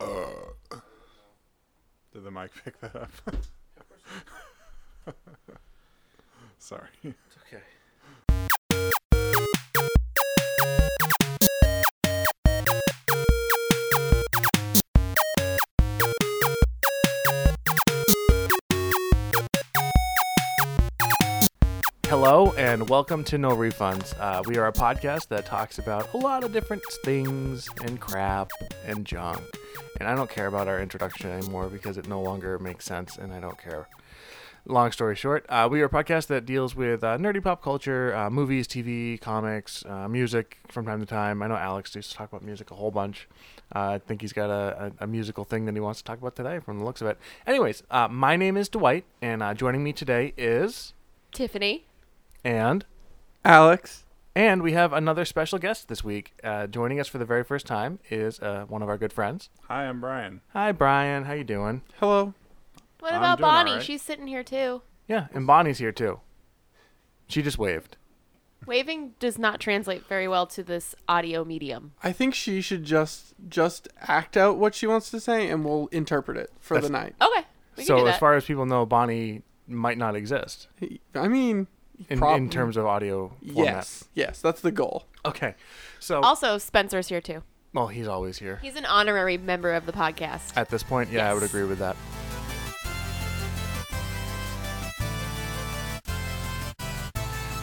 Uh. Did the mic pick that up? Sorry. Okay. Hello and welcome to No Refunds. Uh, we are a podcast that talks about a lot of different things and crap and junk. And I don't care about our introduction anymore because it no longer makes sense and I don't care. Long story short, uh, we are a podcast that deals with uh, nerdy pop culture, uh, movies, TV, comics, uh, music from time to time. I know Alex used to talk about music a whole bunch. Uh, I think he's got a, a, a musical thing that he wants to talk about today from the looks of it. Anyways, uh, my name is Dwight and uh, joining me today is. Tiffany. And Alex. and we have another special guest this week. Uh, joining us for the very first time is uh, one of our good friends. Hi, I'm Brian. Hi, Brian. How you doing? Hello. What I'm about doing all Bonnie? right. She's sitting here too. Yeah, and Bonnie's here too. She just waved. Waving does not translate very well to this audio medium. I think she should just just act out what she wants to say, and we'll interpret it for the night. Okay, we can so do as that. far as people know, Bonnie might not exist I mean, in, prob- in terms of audio format. yes, yes, that's the goal. Okay. So, also, Spencer's here too. well, he's always here. He's an honorary member of the podcast. At this point, yeah, I would Yes. agree with that.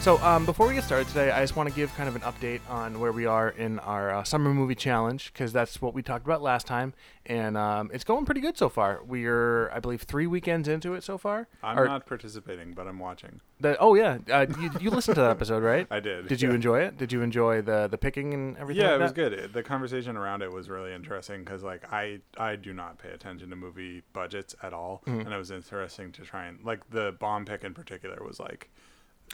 So, um, before we get started today, I just want to give kind of an update on where we are in our uh, summer movie challenge because that's what we talked about last time, and um, it's going pretty good so far. We're, I believe, three weekends into it so far. I'm Or not participating, but I'm watching. the- oh yeah, uh, you, you listened to that episode, right? I did, Did yeah. you enjoy it? Did you enjoy the the picking and everything? Yeah, like it was that? good. It- the conversation around it was really interesting because, like, I I do not pay attention to movie budgets at all, Mm-hmm. and it was interesting to try and like the bomb pick in particular was like,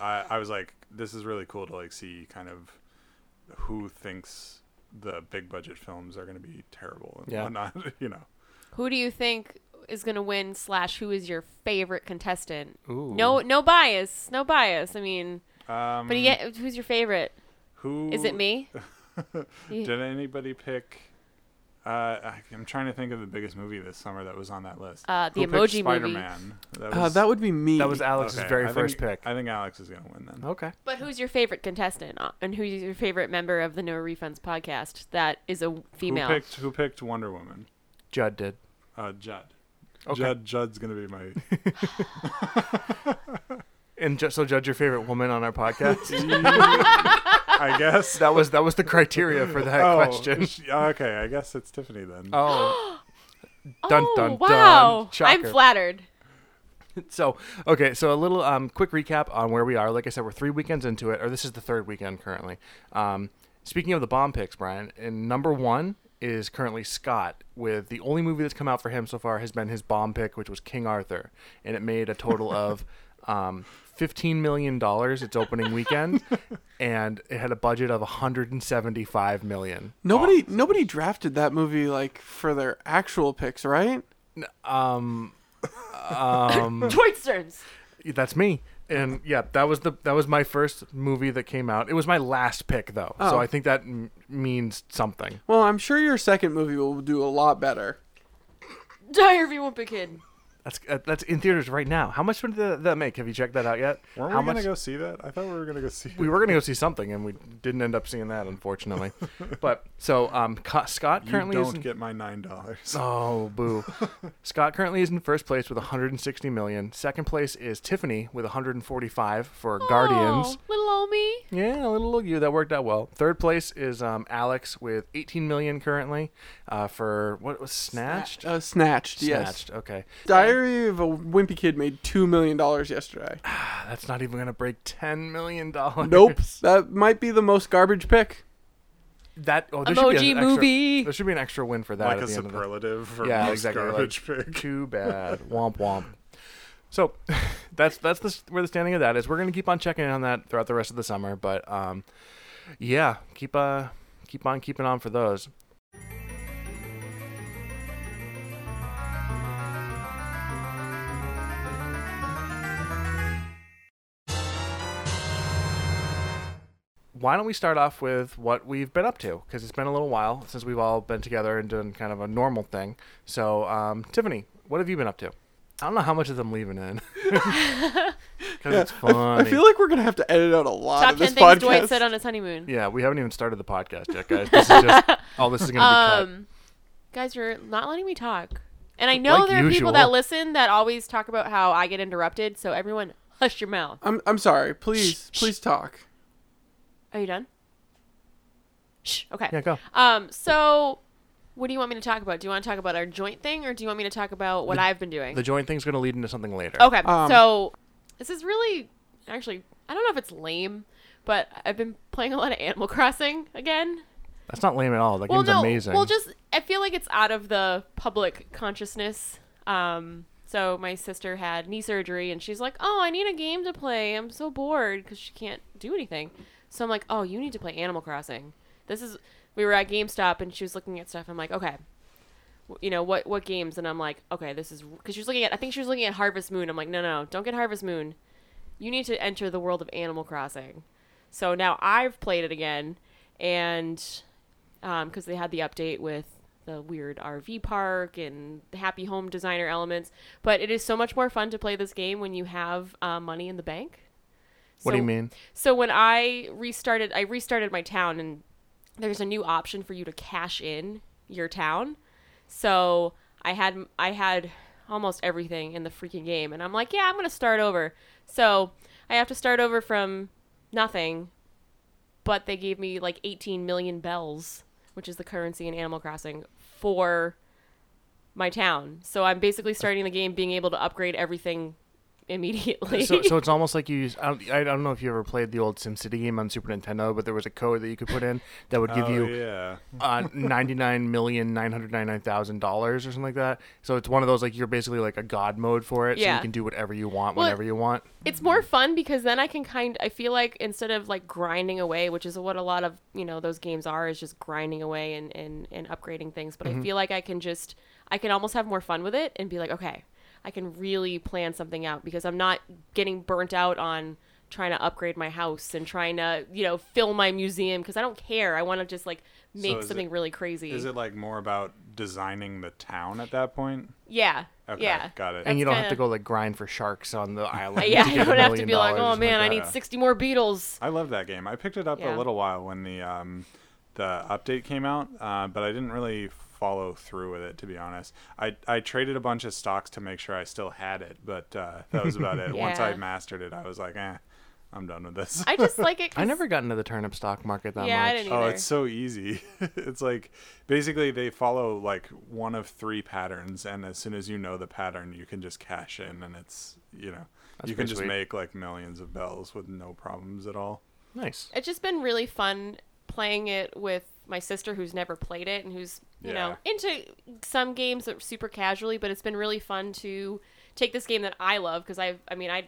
I I was like, this is really cool to like see kind of who thinks the big budget films are going to be terrible and Yeah. whatnot, you know. who do you think is going to win? Slash, who is your favorite contestant? Ooh. No, no bias, no bias. I mean, Um, but yet, who's your favorite? who Is it me? You- Did anybody pick? Uh, I- I'm trying to think of the biggest movie this summer that was on that list. Uh, the Who picked Emoji Movie. Spider-Man? That Uh, that would be me. That was Alex's okay, very I first think- pick. I think Alex is gonna win then. okay. But who's your favorite contestant, uh, and who's your favorite member of the No Refunds podcast? That is a female. Who picked? Who picked Wonder Woman? Judd did. Uh, Judd. Okay. Judd. Judd's gonna be my. And ju- so judge your favorite woman on our podcast. I guess. that was that was the criteria for that oh, question. sh- okay. I guess it's Tiffany then. Oh. dun oh, dun dun. wow! I'm Shocker. flattered. so okay, so a little um quick recap on where we are. Like I said, we're three weekends into it, or this is the third weekend currently. Um, speaking of the bomb picks, Brian, and number one is currently Scott with the only movie that's come out for him so far has been his bomb pick, which was King Arthur, and it made a total of um. Fifteen million dollars its opening weekend, and it had a budget of 175 million. nobody. Nobody drafted that movie like for their actual picks, right? Um, Dwight Stearns. That's me. And yeah, that was the that was my first movie that came out. It was my last pick though, so Oh. I think that m- means something. Well, I'm sure your second movie will do a lot better. Dire of a Wimpy Kid. That's uh, that's in theaters right now. How much did that- that make? Have you checked that out yet? Weren't How we gonna much- go see that? I thought we were gonna go see. it. We were gonna go see something, and we didn't end up seeing that, unfortunately. but so um, Co- Scott You currently is don't in, get my nine dollars. oh boo. Scott currently is in first place with 160 million. Second place is Tiffany with 145 for Guardians. Oh, little old me. Yeah, a little of you. That worked out well. Third place is um, Alex with 18 million currently uh, for what was snatched. Uh, snatched. Yes. Snatched. Okay, Diary of a Wimpy Kid made two million dollars yesterday. Ah, that's not even gonna break 10 million dollars. nope. That might be the most garbage pick. That oh, there should be Emoji an extra, movie. There should be an extra win for that. Like at a the end of the- superlative for yeah, most exactly. like, garbage pick. Too bad. womp womp. So that's that's the, s- where the standing of that is. We're gonna keep on checking in on that throughout the rest of the summer, but um, yeah, keep uh keep on keeping on for those. why don't we start off with what we've been up to? Because it's been a little while since we've all been together and done kind of a normal thing. So, um, Tiffany, what have you been up to? I don't know how much of them leaving in. Because it's I, I funny. feel like we're gonna have to edit out a lot Top 10 of this things podcast. Dwight said on his honeymoon. yeah, we haven't even started the podcast yet, guys. This is just, all this is going to be Um, guys, you're not letting me talk. And I know Like there are people that usual. listen that always talk about how I get interrupted. So everyone, hush your mouth. I'm I'm sorry. Please, please talk. Are you done? Shh. Okay. cut. Yeah, go. Um. So, what do you want me to talk about? Do you want to talk about our joint thing, or do you want me to talk about what I've been doing? The joint thing's going to lead into something later. Okay. Um, so this is really actually I don't know if it's lame, but I've been playing a lot of Animal Crossing again. That's not lame at all. That Well, game's no. amazing. Well, just I feel like it's out of the public consciousness. Um so my sister had knee surgery and she's like, "Oh, I need a game to play. I'm so bored cuz she can't do anything." So I'm like, "Oh, you need to play Animal Crossing." This is we were at GameStop and she was looking at stuff. I'm like, "Okay, you know what what games and i'm like okay this is because she was looking at i think she was looking at harvest moon i'm like no no don't get harvest moon you need to enter the world of animal crossing so now i've played it again and um because they had the update with the weird rv park and the happy home designer elements but it is so much more fun to play this game when you have uh, money in the bank what do you So- mean? so when I restarted, I restarted my town, and there's a new option for you to cash in your town. So I had I had almost everything in the freaking game, and I'm like, yeah, I'm gonna start over. So I have to start over from nothing, but they gave me like 18 million bells, which is the currency in Animal Crossing, for my town. So I'm basically starting the game being able to upgrade everything immediately. so, so it's almost like you use. I don't, I don't know if you ever played the old SimCity game on Super Nintendo, but there was a code that you could put in that would give oh, you yeah. uh, ninety nine million nine hundred ninety nine thousand dollars or something like that. So it's one of those like you're basically like a god mode for it, so you Yeah. can do whatever you want Well, whenever you want. it's more fun because then I can kind I feel like instead of like grinding away, which is what a lot of, you know, those games are is just grinding away and and, and upgrading things, but Mm-hmm. I feel like I can just I can almost have more fun with it and be like, okay, I can really plan something out because I'm not getting burnt out on trying to upgrade my house and trying to, you know, fill my museum because I don't care. I want to just like make is it- something really crazy. Is it like more about designing the town at that point? yeah. Okay, yeah. got it. And you That's don't have to kinda- go like grind for sharks on the island. Yeah, to I get a don't have to million be like, dollars or "Oh something man, I like need that. 60 more beetles." I love that game. I picked it up a Yeah. little while when the um, the update came out, uh, but I didn't really follow through with it to be honest. I I traded a bunch of stocks to make sure I still had it, but uh, that was about it. Once I Yeah. mastered it, I was like, eh, I'm done with this. I just like it I 'cause- never got into the turnip stock market that Yeah, much. I didn't Oh, either. it's so easy. it's like basically they follow like one of three patterns, and as soon as you know the pattern, you can just cash in, and it's you know you can pretty just sweet. make like millions of bells with no problems at all. Nice. it's just been really fun playing it with my sister who's never played it and who's you know into some games that are super casually but it's been really fun to take this game that i love because i i mean i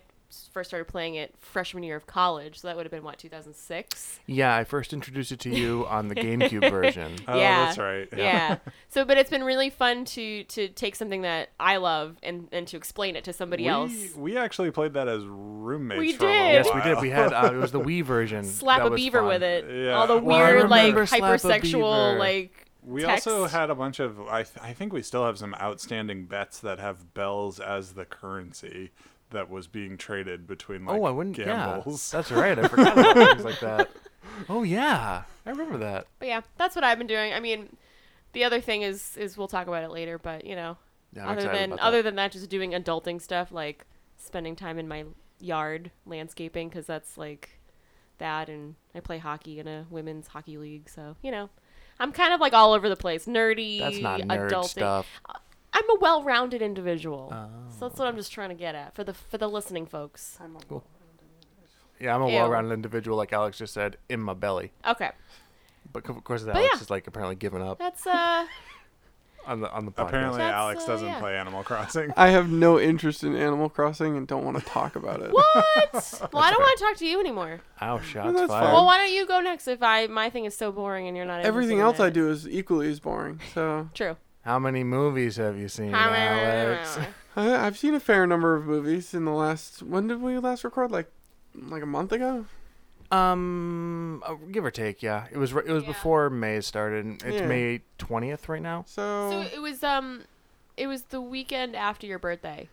first started playing it freshman year of college so that would have been what 2006 Yeah, I first introduced it to you on the GameCube version. Oh, yeah that's right. yeah. so but it's been really fun to to take something that i love and and to explain it to somebody we, else We actually played that as roommates. We for a little did. Yes, we while. did. We had uh, it was the Wii version. slap that a was beaver fun. with it Yeah. all the Well, I weird like remember slap a beaver. hypersexual like We text. also had a bunch of. I th- I think we still have some outstanding bets that have bells as the currency that was being traded between like oh, I wouldn't. gambles. Yeah, that's right. I forgot about things like that. Oh yeah, I remember that. But yeah, that's what I've been doing. I mean, the other thing is is we'll talk about it later, but you know, Yeah, I'm other excited than about that. other than that, just doing adulting stuff like spending time in my yard landscaping because that's like that, and I play hockey in a women's hockey league, so you know, I'm kind of like all over the place, nerdy. That's not nerd adulting. stuff. I'm a well-rounded individual, so that's what Oh. I'm just trying to get at for the for the listening folks. Yeah, I'm a Ew. well-rounded individual, like Alex just said, in my belly. Okay, But of course, Alex yeah. is like apparently giving up that's uh, on the on the podcast. Apparently, That's, Alex uh, doesn't yeah. play Animal Crossing. I have no interest in Animal Crossing and don't want to talk about it. what? well, I don't want to talk to you anymore. Ow, shots that's fired. fine. Well, why don't you go next if I my thing is so boring and you're not. interested Everything in else I it? do is equally as boring. So True. How many movies have you seen, Alex? I, I've seen a fair number of movies in the last. When did we last record? Like, like a month ago. Um, uh, give or take, yeah. It was ri- it was Yeah. before May started. It's Yeah. May twentieth right now. So, So it was um, it was the weekend after your birthday.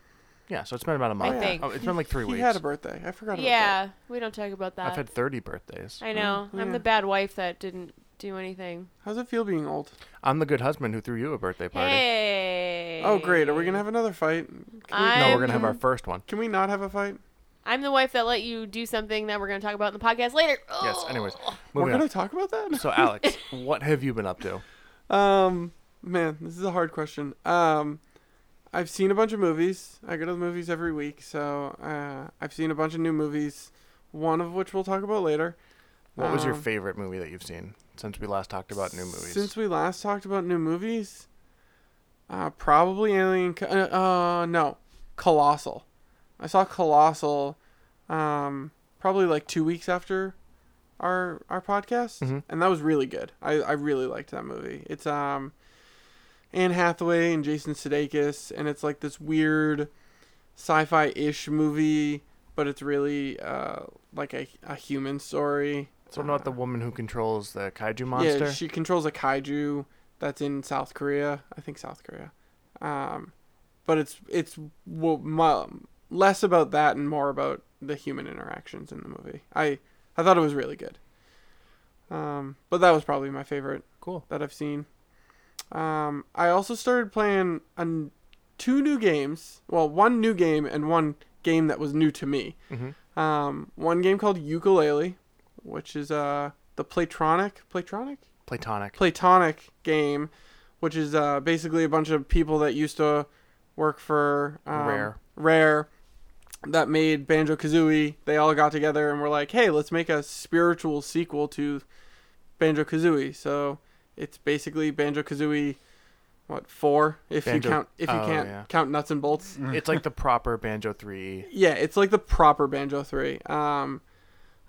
Yeah, so it's been about a month. think. Oh, it's been like three he weeks. had a birthday. I forgot about that. Yeah, we don't talk about that. I've had thirty birthdays. I know. Oh, I'm yeah. the bad wife that didn't do anything. How's it feel being old? I'm the good husband who threw you a birthday party. Hey. Oh, great. Are we gonna have another fight? Can we, No, we're gonna have our I'm- first one. can we not have a fight? I'm the wife that let you do something that we're gonna talk about in the podcast later. Yes. Anyways, Oh. We're moving gonna on. talk about that. So Alex, what have you been up to? Um, man, this is a hard question. Um, I've seen a bunch of movies. I go to the movies every week, so uh, I've seen a bunch of new movies. One of which we'll talk about later. What was your Um, favorite movie that you've seen since we last talked about new movies? Since we last talked about new movies, uh, probably Alien. Co- uh, uh, no, Colossal. I saw Colossal, um, probably like two weeks after our our podcast, Mhm. and that was really good. I I really liked that movie. It's um, Anne Hathaway and Jason Sudeikis, and it's like this weird sci-fi ish movie, but it's really uh like a a human story. so not the Uh, woman who controls the kaiju monster. yeah, she controls a kaiju that's in South Korea. I think South Korea. Um, but it's it's well, mu less about that and more about the human interactions in the movie. I I thought it was really good. Um, but that was probably my favorite cool. that I've seen. Um, I also started playing on two new games. Well, one new game and one game that was new to me. Mhm. Um, one game called Ukulele, which is uh the Playtronic Playtronic Platonic. Platonic game, which is uh, basically a bunch of people that used to work for um, Rare. Rare that made Banjo Kazooie. They all got together and were like, "Hey, let's make a spiritual sequel to Banjo Kazooie." So it's basically Banjo Kazooie, what four? If Banjo- you count, if you oh, can't yeah. count nuts and bolts. it's like the proper Banjo Three. Yeah, it's like the proper Banjo 3. Um,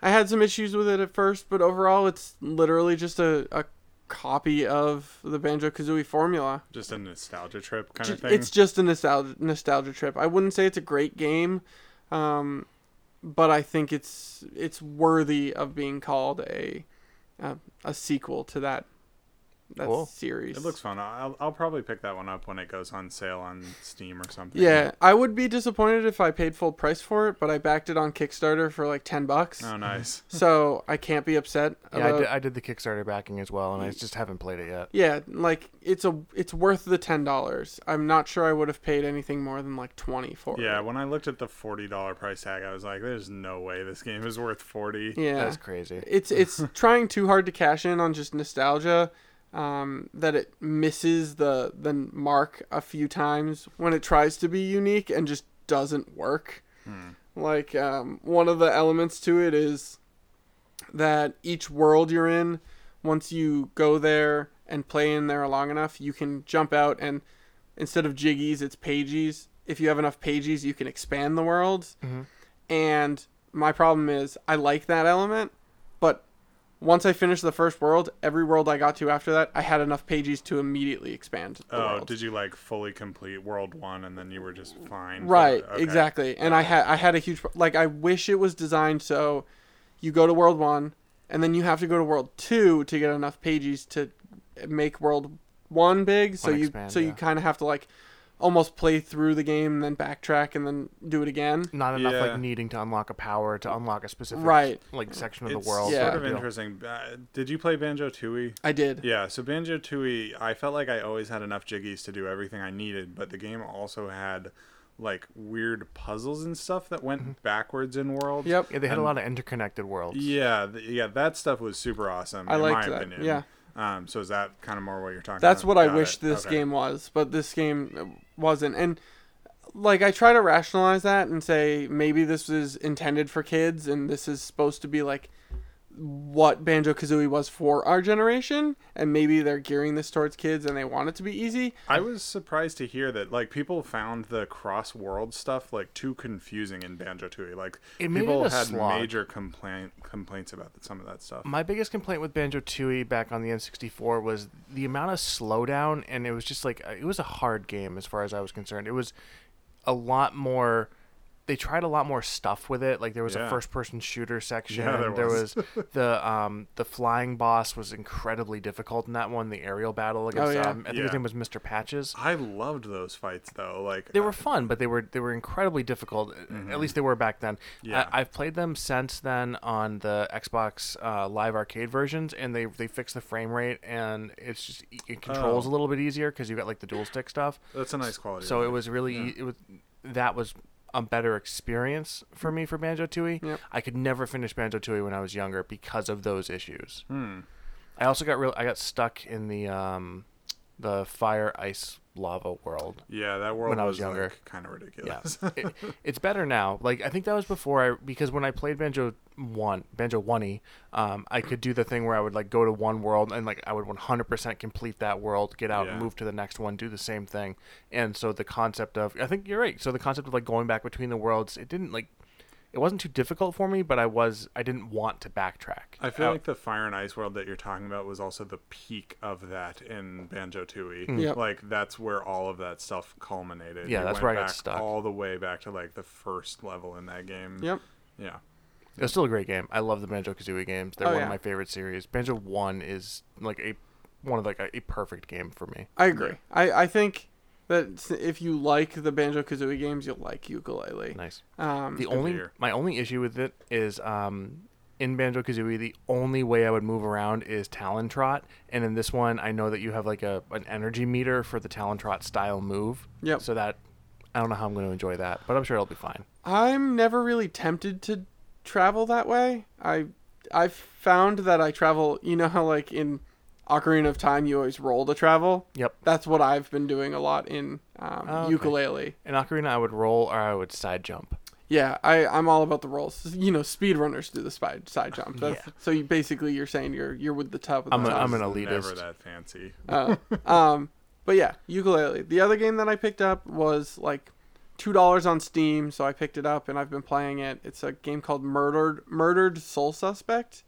I had some issues with it at first, but overall, it's literally just a, a copy of the Banjo Kazooie formula. Just a nostalgia trip kind Ju- of thing. It's just a nostalgia, nostalgia trip. I wouldn't say it's a great game, um, but I think it's it's worthy of being called a a, a sequel to that that Cool. series. It looks fun. I'll, I'll probably pick that one up when it goes on sale on Steam or something. yeah, I would be disappointed if I paid full price for it, but I backed it on Kickstarter for like ten bucks. Oh, nice. so I can't be upset. Yeah, I about- did, I did the Kickstarter backing as well, and I just haven't played it yet. yeah, like it's a it's worth the ten dollars. I'm not sure I would have paid anything more than like twenty for Yeah, it. when I looked at the forty dollar price tag, I was like, "There's no way this game is worth 40 Yeah, That's crazy. it's it's trying too hard to cash in on just nostalgia. Um, that it misses the the mark a few times when it tries to be unique and just doesn't work. Like um, one of the elements to it is that each world you're in, once you go there and play in there long enough, you can jump out and instead of jiggies, it's pagies. If you have enough pagies, you can expand the worlds. And my problem is, I like that element, but once I finished the first world, every world I got to after that, I had enough pagies to immediately expand. The Oh, world. did you like fully complete World One and then you were just fine? for- Right, okay. exactly. And I had I had a huge pro- like I wish it was designed so you go to world 1 and then you have to go to world 2 to get enough pages to make world 1 big so One you expand, so you yeah. kind of have to like almost play through the game and then backtrack and then do it again. Not enough Yeah. like needing to unlock a power to unlock a specific Right. like section of It's the world. Yeah. sort type of deal. interesting. Uh, did you play Banjo Tooie? I did. Yeah, so Banjo Tooie, I felt like I always had enough jiggies to do everything I needed, but the game also had like weird puzzles and stuff that Mm-hmm. went backwards in worlds. Yep. Yeah, they had a lot of interconnected worlds. Yeah, th- yeah, that stuff was super awesome. I in my liked that, Opinion. yeah. Um, so is that kind of more what you're talking That's about? what I Got wish it. this Okay. game was, but this game wasn't. And like I try to rationalize that and say maybe this is intended for kids and this is supposed to be like what Banjo Kazooie was for our generation, and maybe they're gearing this towards kids and they want it to be easy. I was surprised to hear that like people found the cross world stuff like too confusing in Banjo Tooie. Like It made people it a had slog. major complaint complaints about some of that stuff. My biggest complaint with Banjo Tooie back on the N64 was the amount of slowdown, and uh, it was just like it was a hard game as far as I was concerned. It was a lot more they tried a lot more stuff with it. Like there was a Yeah. first person shooter section. Yeah, there there was was. the um the flying boss was incredibly difficult in that one. The aerial battle against yeah. um, I think his Yeah. name was Mr. Patches. I loved those fights though. Like They were fun, but they were they were incredibly difficult. At least they were back then. Mm-hmm. Yeah. I, I've played them since then on the Xbox uh, Live Arcade versions, and they they fixed the frame rate, and it's just it controls Oh. a little bit easier because you got like the dual stick stuff. that's a nice quality. So of it was really e, Yeah. it was that was a better experience for me for Banjo Tooie. Yep. I could never finish Banjo Tooie when I was younger because of those issues. Hmm. I also got real I got stuck in the um the fire ice lava world. Yeah, that world when I was was, younger. like, kind of Yeah. ridiculous. it, it's better now. Like I think that was before I because when I played Banjo one Banjo one um I could do the thing where I would like go to one world and like I would 100% complete that world, get out, Yeah. move to the next one, do the same thing. And so the concept of I think you're right. So the concept of like going back between the worlds, it didn't like it wasn't too difficult for me, but I was I didn't want to backtrack. I feel Uh, like the Fire and Ice world that you're talking about was also the peak of that in Banjo Tooie. Yep. Like that's where all of that stuff culminated. Hmm. Yeah, You that's went where I got back stuck. All the way back to like the first level in that game. Yep. Yeah. It's still a great game. I love the Banjo Kazooie games. They're Oh, one yeah. of my favorite series. Banjo One is like a one of like a, a perfect game for me. I agree. I, I think that s- if you like the Banjo Kazooie games, you'll like Ukulele. Nice. Um, The only year. my only issue with it is um, in Banjo Kazooie the only way I would move around is Talon Trot, and in this one I know that you have like a an energy meter for the Talon Trot style move. Yep. So that I don't know how I'm going to enjoy that, but I'm sure it'll be fine. I'm never really tempted to travel that way. I I've found that I travel. You know how like in Ocarina of Time, you always roll to travel. Yep. That's what I've been doing a lot in um, Oh, okay. ukulele. In Ocarina I would roll or I would side jump. Yeah, I I'm all about the rolls. You know, speedrunners do the side side jump. That's, Yeah. So you basically you're saying you're you're with the top of the I'm a- top. I'm an It's Never elitist. that fancy. Uh, um, but yeah, ukulele. The other game that I picked up was like two dollars on Steam, so I picked it up and I've been playing it. It's a game called Murdered Murdered Soul Suspect,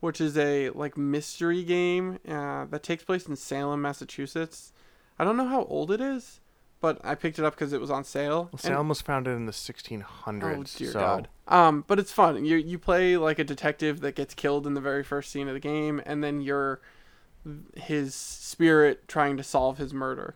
which is a like mystery game uh, that takes place in Salem, Massachusetts. I don't know how old it is, but I picked it up because it was on sale. Well, and- Salem was founded in the 1600s. Oh dear so God. Um, but it's fun. You you play like a detective that gets killed in the very first scene of the game, and then you're his spirit trying to solve his murder.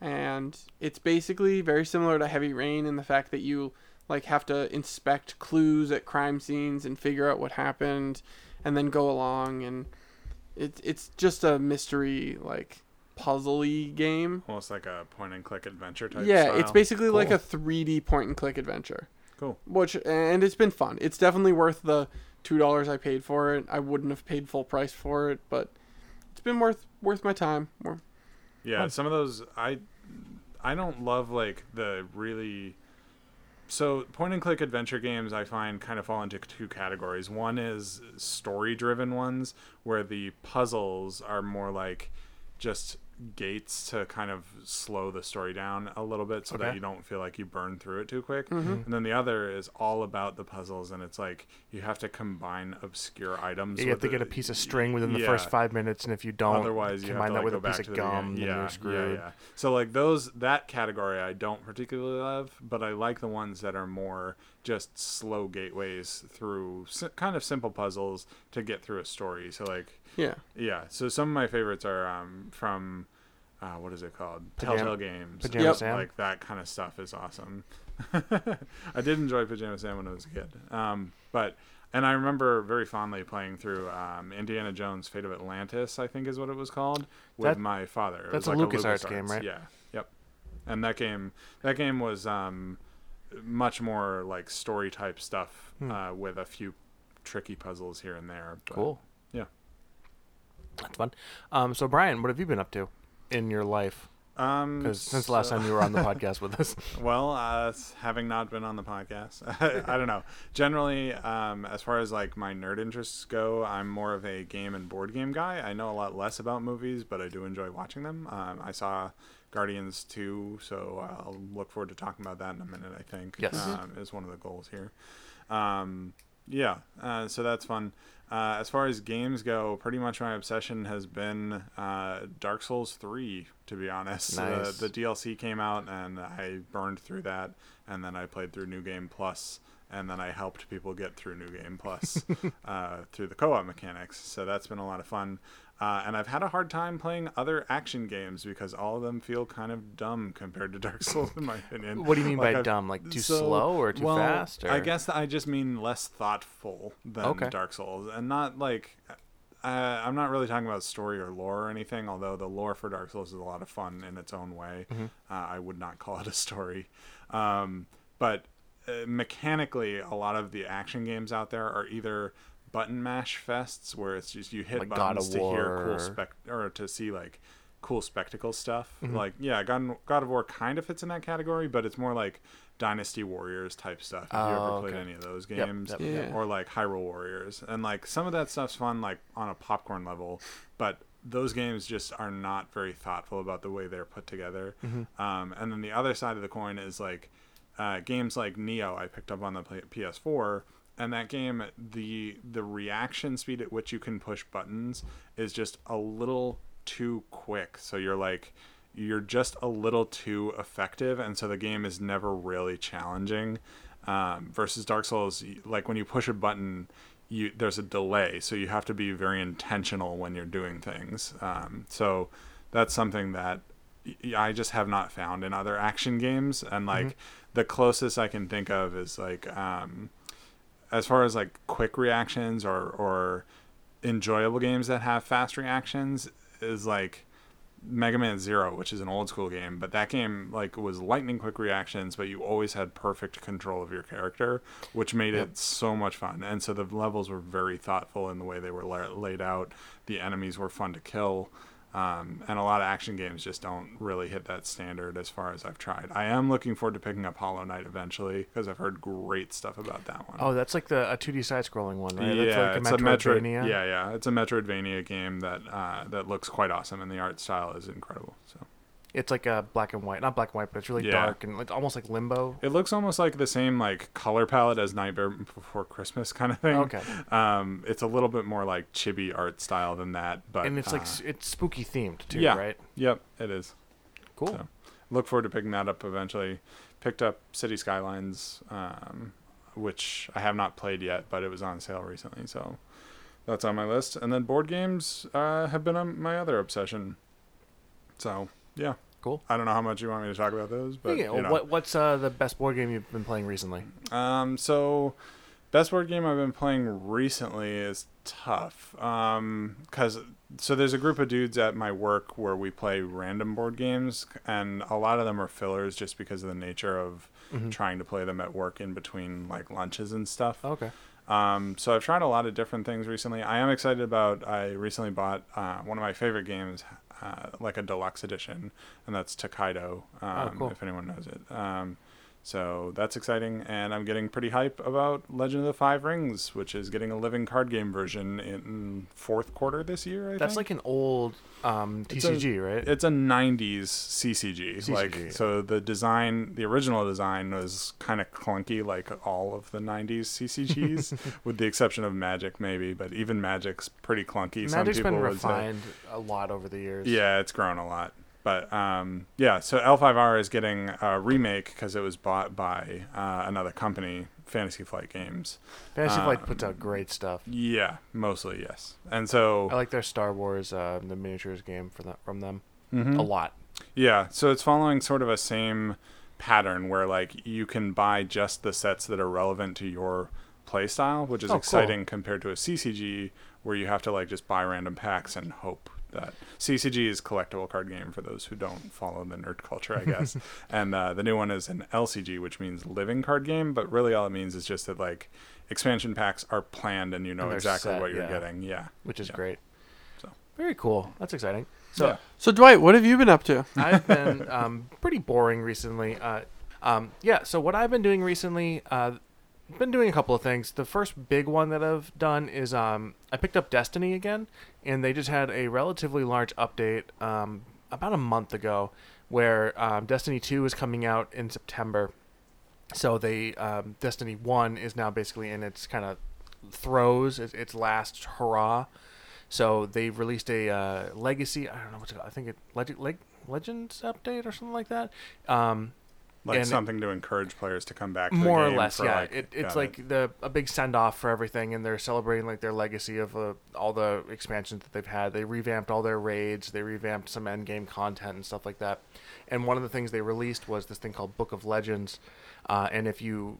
And it's basically very similar to Heavy Rain in the fact that you like have to inspect clues at crime scenes and figure out what happened, and then go along and it's it's just a mystery like puzzly game. Almost like a point and click adventure type. yeah, style. it's basically like Cool. a 3D point and click adventure cool. which and it's been fun. It's definitely worth the two dollars I paid for it. I wouldn't have paid full price for it, but it's been worth worth my time. Wor- Yeah, some of those I I don't love like the really so point and click adventure games I find kind of fall into two categories. One is story driven ones where the puzzles are more like just gates to kind of slow the story down a little bit so that Okay. Mm-hmm. you don't feel like you burn through it too quick. And then the other is all about the puzzles and it's like you have to combine obscure items You have with to get a the- piece of string within the Yeah. first five minutes, and if you don't, Otherwise, you have combine to, that like, with go a piece back to of the beginning. gum, then yeah, you're screwed. Yeah, yeah. So like those that category I don't particularly love, but I like the ones that are more just slow gateways through si- kind of simple puzzles to get through a story. So like Yeah, yeah, so some of my favorites are um, from uh, what is it called? Pajam- Telltale Games. Pajama Yep. Sam? Like that kind of stuff is awesome. I did enjoy Pajama Sam when I was a kid. Um, but and I remember very fondly playing through um, Indiana Jones: Fate of Atlantis, I think is what it was called, with That- my father. It that's was a like LucasArts game, right? Yeah. Yep. And that game, that game was um, much more like story type stuff Hmm. uh, with a few tricky puzzles here and there. But, Cool. Yeah. That's fun. Um, so Brian, what have you been up to in your life? Um, Because since the last so- time you were on the podcast with us, Well, uh, s- having not been on the podcast, I don't know. Generally, um, as far as like my nerd interests go, I'm more of a game and board game guy. I know a lot less about movies, but I do enjoy watching them. Um, I saw Guardians 2, so I'll look forward to talking about that in a minute, I think. Yes. Um, is one of the goals here. Um, yeah, uh, so that's fun. Uh, as far as games go, pretty much my obsession has been uh, Dark Souls 3, to be honest. Uh, Nice. The, the DLC came out and I burned through that, and then I played through New Game Plus, and then I helped people get through New Game Plus uh, through the co op mechanics. So that's been a lot of fun. Uh, and I've had a hard time playing other action games because all of them feel kind of dumb compared to Dark Souls, in my opinion. What do you mean by I've- dumb? Like, too slow or too well, fast, or- I guess I just mean less thoughtful than Okay. Dark Souls, and not like uh, I'm not really talking about story or lore or anything. Although the lore for Dark Souls is a lot of fun in its own way, Mm-hmm. uh, I would not call it a story. Um, but uh, mechanically, a lot of the action games out there are either button mash fests where it's just you hit Like God buttons of to hear War. cool spec or to see like cool spectacle stuff. Mm-hmm. Like yeah, God, God of War kind of fits in that category, but it's more like Dynasty Warriors type stuff. If you Oh, ever played okay. any of those Yep, games, yep, yep. Yeah. or like Hyrule Warriors, and like some of that stuff's fun, like on a popcorn level, but those games just are not very thoughtful about the way they're put together. Um, and then the other side of the coin is like uh, games like Neo. I picked up on the P- PS4. And that game, the the reaction speed at which you can push buttons is just a little too quick. So you're like, you're just a little too effective, and so the game is never really challenging. Um, versus Dark Souls, y- like when you push a button, you there's a delay, so you have to be very intentional when you're doing things. Um, so that's something that y- I just have not found in other action games, and like the closest I can think of is like. Um, as far as like quick reactions or or enjoyable games that have fast reactions is like Mega Man 0, which is an old school game, but that game like was lightning quick reactions, but you always had perfect control of your character, which made it so much fun. And so the levels were very thoughtful in the way they were la- laid out. The enemies were fun to kill. Um, and a lot of action games just don't really hit that standard as far as I've tried. I am looking forward to picking up Hollow Knight eventually because I've heard great stuff about that one. Oh, that's like the a 2D side-scrolling one, right? Yeah, that's it's like a Metroid- Metroidvania. Yeah, yeah, it's a Metroidvania game that uh, that looks quite awesome, and the art style is incredible. So It's like a black and white, not black and white, but it's really Yeah. dark and like almost like Limbo. it looks almost like the same like color palette as Nightmare Before Christmas kind of thing. Okay. um, it's a little bit more like chibi art style than that, but and it's like uh, s- it's spooky themed too, yeah, right? Yep, it is. Cool. So, look forward to picking that up eventually. Picked up City Skylines, um, which I have not played yet, but it was on sale recently, so that's on my list. And then board games uh, have been on my other obsession. So yeah, Cool. I don't know how much you want me to talk about those, but yeah, you know. what, what's uh, the best board game you've been playing recently? Um, so best board game I've been playing recently is tough. Um, cause so there's a group of dudes at my work where we play random board games, and a lot of them are fillers just because of the nature of trying to play them at work in between like lunches and stuff. Okay. Um, so I've tried a lot of different things recently. I am excited about. I recently bought uh, one of my favorite games, uh, like a deluxe edition, and that's Takedo. Um, Oh, cool. If anyone knows it. Um, so that's exciting, and I'm getting pretty hype about Legend of the Five Rings, which is getting a living card game version in fourth quarter this year. I That's think like an old um, TCG, right? it's a 90s CCG. like CCG, yeah. so the design, the original design was kind of clunky like all of the 90s CCGs with the exception of Magic maybe, but even Magic's pretty clunky. Magic's Some people been would say- refined a lot over the years. yeah, it's grown a lot. But um, yeah, so L5R is getting a remake because it was bought by uh, another company, Fantasy Flight Games. Fantasy Uh, Flight puts out great stuff. Yeah, mostly yes. And so I like their Star Wars, uh, the miniatures game for the, from them Mm-hmm. a lot. Yeah, so it's following sort of a same pattern where like you can buy just the sets that are relevant to your playstyle, which is Oh, cool. exciting compared to a CCG where you have to like just buy random packs and hope that CCG is collectible card game for those who don't follow the nerd culture, I guess. and uh, the new one is an LCG, which means living card game, but really all it means is just that like expansion packs are planned and you know they're exactly set, what you're yeah. getting. Yeah, which is Yeah. great. So. very cool. That's exciting. So Yeah. So Dwight, what have you been up to? I've been um, pretty boring recently. Uh, um, yeah. So what I've been doing recently, uh, been doing a couple of things. The first big one that I've done is um, I picked up Destiny again, and they just had a relatively large update um, about a month ago, where um, Destiny Two is coming out in September. So they um, Destiny One is now basically in its kind of throes, its, its last hurrah. So they've released a uh, legacy. I don't know what's it called. I think it leg, leg, legends update or something like that. Um, like and- something to encourage players to come back. To more the or game less for, yeah like, it, got it's it. like the a big send off for everything and they're celebrating like their legacy of uh, all the expansions that they've had they revamped all their raids they revamped some end game content and stuff like that and one of the things they released was this thing called book of legends uh, and if you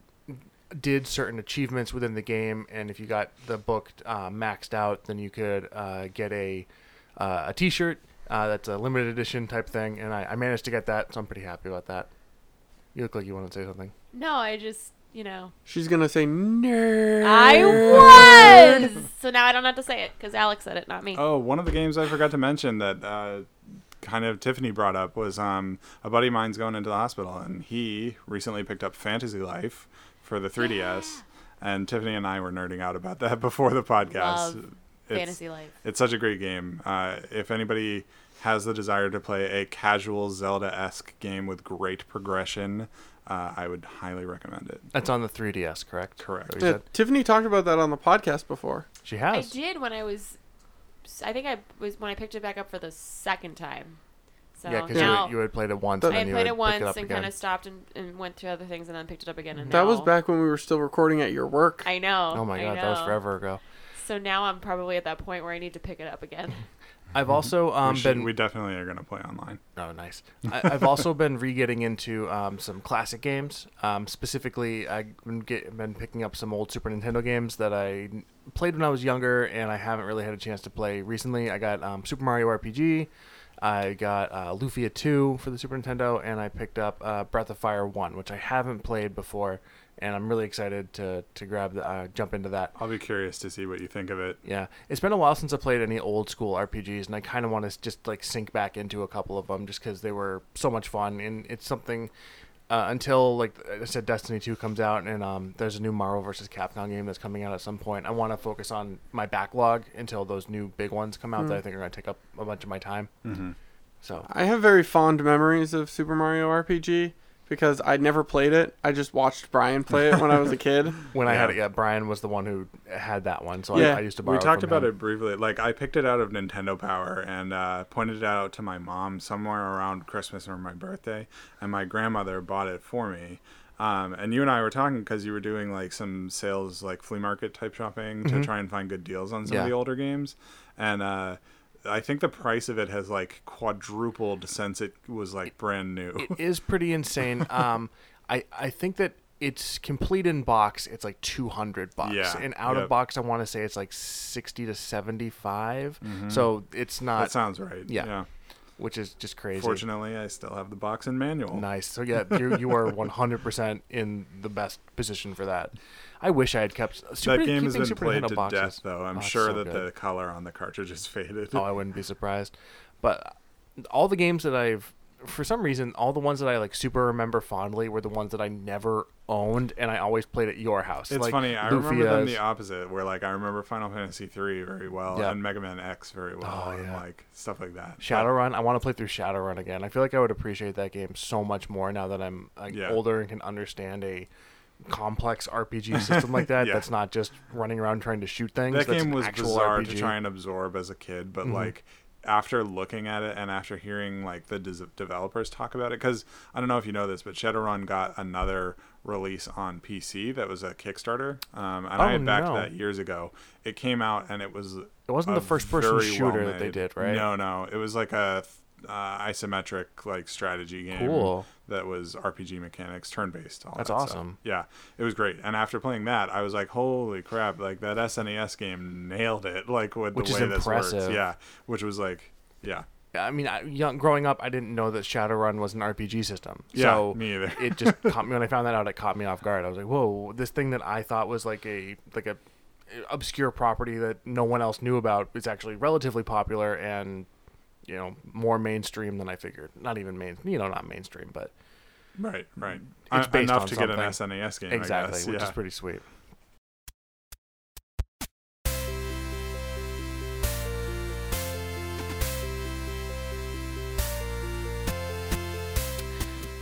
did certain achievements within the game and if you got the book uh, maxed out then you could uh, get a uh, a t-shirt uh, that's a limited edition type thing and I, I managed to get that so i'm pretty happy about that you look like you want to say something No, I just, you know. She's gonna say nerd. I was! So now I don't have to say it because Alex said it, not me. Oh, one of the games I forgot to mention that uh, kind of Tiffany brought up was um, a buddy of mine's going into the hospital, and he recently picked up Fantasy Life for the 3DS. And Tiffany and I were nerding out about that before the podcast. Love It's- Fantasy Life. It's such a great game. Uh, if anybody has the desire to play a casual Zelda esque game with great progression, uh, I would highly recommend it. That's on the 3DS, correct? Correct. Is Yeah, that- Tiffany talked about that on the podcast before. She I has. did when I was. I think I was when I picked it back up for the second time. So Yeah, because you, now had- you had played it once. I and I then had you played would it pick once up and again. kind of stopped and, and went through other things and then picked it up again. And That was now- back when we were still recording at your work. I know. Oh my I god, that was know. forever ago. So now I'm probably at that point where I need to pick it up again. I've also um, we, should- been we definitely are going to play online. Oh, nice. I, I've also been re-getting into um, some classic games. Um, specifically, I've been, get, been picking up some old Super Nintendo games that I n- played when I was younger, and I haven't really had a chance to play recently. I got um, Super Mario RPG. I got uh, Lufia 2 for the Super Nintendo, and I picked up uh, Breath of Fire 1, which I haven't played before, and I'm really excited to to grab the, uh, jump into that. I'll be curious to see what you think of it. Yeah, it's been a while since I played any old school RPGs, and I kind of want to just like sink back into a couple of them just because they were so much fun, and it's something. Uh, until like I said, Destiny Two comes out, and um, there's a new Marvel versus Capcom game that's coming out at some point. I want to focus on my backlog until those new big ones come out that I think are going to take up a bunch of my time. Mhm. So I have very fond memories of Super Mario RPG because I never played it. I just watched Brian play it when I was a kid. when I Yeah. had it, yeah, Brian was the one who had that one, so Yeah, I, I used to borrow. We it talked from about him. it briefly. Like I picked it out of Nintendo Power and uh, pointed it out to my mom somewhere around Christmas or my birthday, and my grandmother bought it for me. Um, and you and I were talking because you were doing like some sales, like flea market type shopping, to try and find good deals on some of Mm-hmm. Yeah. the older games. And uh, I think the price of it has like quadrupled since it was like brand new. it is pretty insane. Um, I I think that it's complete in box. It's like two hundred bucks, Yeah, and out of yep. box, I want to say it's like sixty to seventy Mm-hmm. So it's not, that sounds right. yeah, which is just crazy. Fortunately, I still have the box and manual. Nice. So yeah, you you are one hundred percent in the best position for that. I wish I had kept Super, that game has keeping been Super played Nintendo to boxes. death, though. I'm Oh, it's sure so that good. the color on the cartridge is faded. oh, I wouldn't be surprised. But all the games that I've, for some reason, all the ones that I like super remember fondly were the ones that I never owned, and I always played at your house. It's Like, funny. I remember them Lufia's- the opposite, where like I remember Final Fantasy three very well Yeah. and Mega Man X very well, Oh, and yeah. like stuff like that. Shadowrun. I want to play through Shadowrun again. I feel like I would appreciate that game so much more now that I'm like, Yeah. older and can understand a complex RPG system like that. Yeah. That's not just running around trying to shoot things. that That's game an was actual bizarre to RPG. try and absorb as a kid, Mm-hmm. but like after looking at it and after hearing like the des- developers talk about it, because I don't know if you know this, but Shadowrun got another release on PC that was a Kickstarter, um, and Oh, I had backed no. that years ago. It came out and it was It wasn't a the first person very shooter that they well-made- did, right? No, no, it was like a uh, isometric like strategy game. Cool. that was RPG mechanics, turn based. All That's that stuff. awesome. Yeah, it was great. And after playing that, I was like, "Holy crap!" Like that SNES game nailed it. Like with Which the is way this works. impressive. Yeah, which was like, yeah, I mean, I, young, growing up, I didn't know that Shadowrun was an RPG system. Yeah, so me either. it just caught me when I found that out. It caught me off guard. I was like, "Whoa!" This thing that I thought was like a like a obscure property that no one else knew about is actually relatively popular and you know more mainstream than I figured. Not even main, you know, not mainstream, but right, right. It's Uh, based enough on to get an something. SNES game. exactly, I guess. which yeah. is pretty sweet.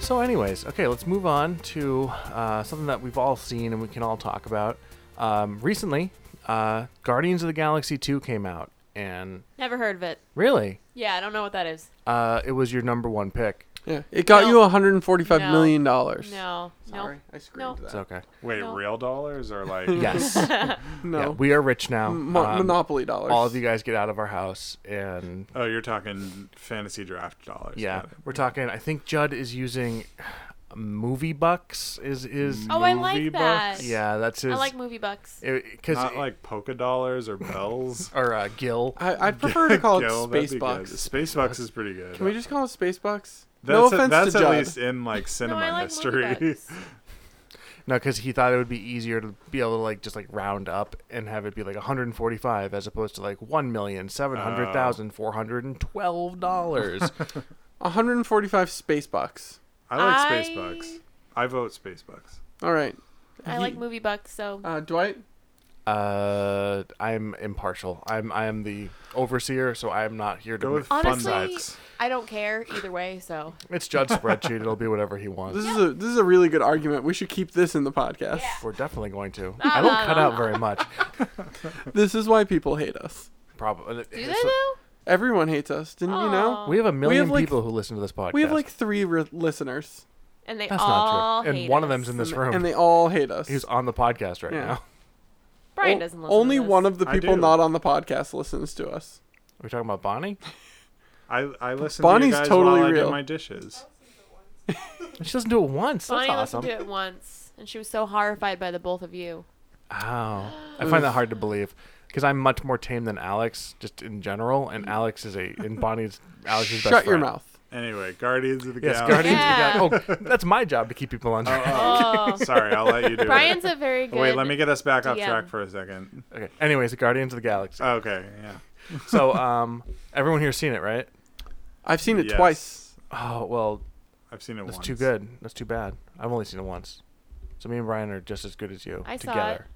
So, anyways, okay, let's move on to uh, something that we've all seen and we can all talk about. Um, recently, Uh, Guardians of the Galaxy 2 came out, and Never heard of it. really, Yeah, I don't know what that is. uh, it was your number one pick. Yeah, it got No. you 145 million No. dollars. No, Sorry, I screamed It's that. okay. Wait, No. real dollars or like? Yes. No, yeah, we are rich now. Mo- Um, Monopoly dollars. all of you guys get out of our house, and Oh, you're talking fantasy draft dollars. yeah, Got it. we're talking. I think Judd is using movie bucks. Is is no. Oh, I Movie like that. yeah, that's his. I like movie bucks. because Not like polka dollars or bells. or uh, Gil. I, I'd prefer to call it Gil, that'd space be good. bucks. Space bucks is pretty good. Can we just call it space bucks? That's no a- offense that's to at Judd. least in like No, cinema I like history. movie bucks. No, because he thought it would be easier to be able to like just like round up and have it be like 145 as opposed to like one million seven hundred thousand four hundred and twelve dollars. 145 space bucks. I like I- space bucks. I vote space bucks. All right. I You- like movie bucks, so Uh, Dwight, uh, I'm impartial. I'm I am the overseer, so I'm not here to. Go with fun honestly, bucks. I don't care either way. So It's Judd's spreadsheet. It'll be whatever he wants. this is a this is a really good argument. We should keep this in the podcast. We're definitely going to. I don't no, cut no, out very much. This is why people hate us. Probably. do they though? Everyone hates us, didn't you know? Aw. We have a million like- people who listen to this podcast. We have like three re- listeners, And they That's all not true. hate And one of us. them's in this and, room. and they all hate us. He's on the podcast right Yeah. now. Brian O- doesn't listen. Only to this. one of the I people do. not on the podcast listens to us. Are we talking about Bonnie? I I listen Bonnie's to you guys totally while I real. do my dishes. She doesn't do it once. That's Bonnie awesome. listened to it once, and she was so horrified by the both of you. Wow. I find that hard to believe because I'm much more tame than Alex, just in general. And Alex is a and Bonnie's Alex's best Mm. Shut your friend. mouth. Anyway, Guardians of the Yes, Galaxy. Guardians. Yeah. Of the Gal- oh, that's my job to keep people on track. Oh, Sorry, I'll let you do Brian's it. a very good. Oh, Wait, let me get us back off DM. track for a second. Okay. Anyways, the Guardians of the Galaxy. Okay, yeah. So, um, everyone here's seen it, right? I've seen it Yes. twice. Oh well, I've seen it that's once. too good. That's too bad. I've only seen it once. So me and Brian are just as good as you I saw together.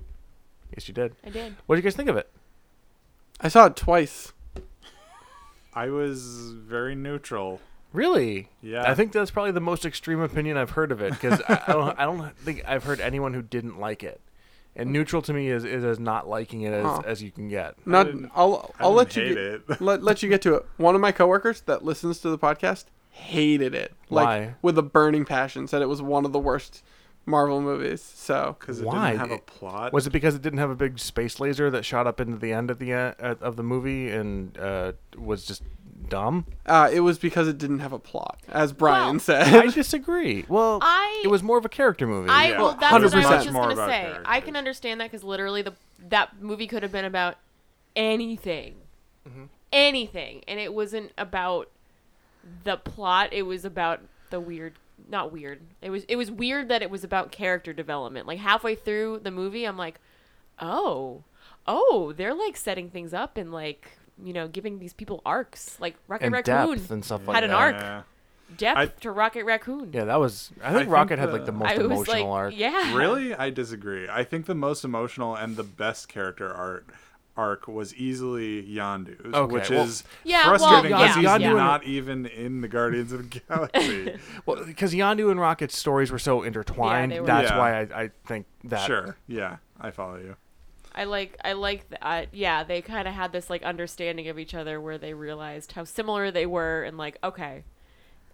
Yes, you did. I did. What did you guys think of it? I saw it twice. I was very neutral. Really? Yeah. I think that's probably the most extreme opinion I've heard of it because I, I, don't, I don't think I've heard anyone who didn't like it. And neutral to me is, is as not liking it as, Huh. as you can get. Not didn't- I'll I didn't I'll let you hate get, it. let, let you get to it. One of my coworkers that listens to the podcast hated it. Like Why? with a burning passion said it was one of the worst Marvel movies. So Because it Why? didn't have a It- plot. Was it because it didn't have a big space laser that shot up into the end of the uh, of the movie and uh, was just dumb? uh, it was because it didn't have a plot, as Brian Well, I said. disagree. Well, I- it was more of a character movie. I Yeah. well, that's what I 100%. was just More gonna about say. I characters. can understand that because literally the that movie could have been about anything, Mm-hmm. anything, and it wasn't about the plot. It was about the weird, not weird. It was it was weird that it was about character development. Like halfway through the movie, I'm like, oh, oh, they're like setting things up and like you know giving these people arcs. Like Rocket and Raccoon depth and stuff Yeah. like that. had an arc. Yeah. depth I- to Rocket Raccoon. Yeah, that was. I I think think Rocket had the- like the most I was emotional like, arc. yeah, Really? I disagree. I think the most emotional and the best character art arc was easily Yondu's, Okay, which well- is Yeah, well, frustrating yeah, he's Yondu and- not even in the Guardians of the Galaxy. Well, because Yandu and Rocket's stories were so intertwined, Yeah, they were. that's Yeah. why I, I think that. sure. Yeah, I follow you. I like I like that. Yeah, they kind of had this like understanding of each other where they realized how similar they were and like okay,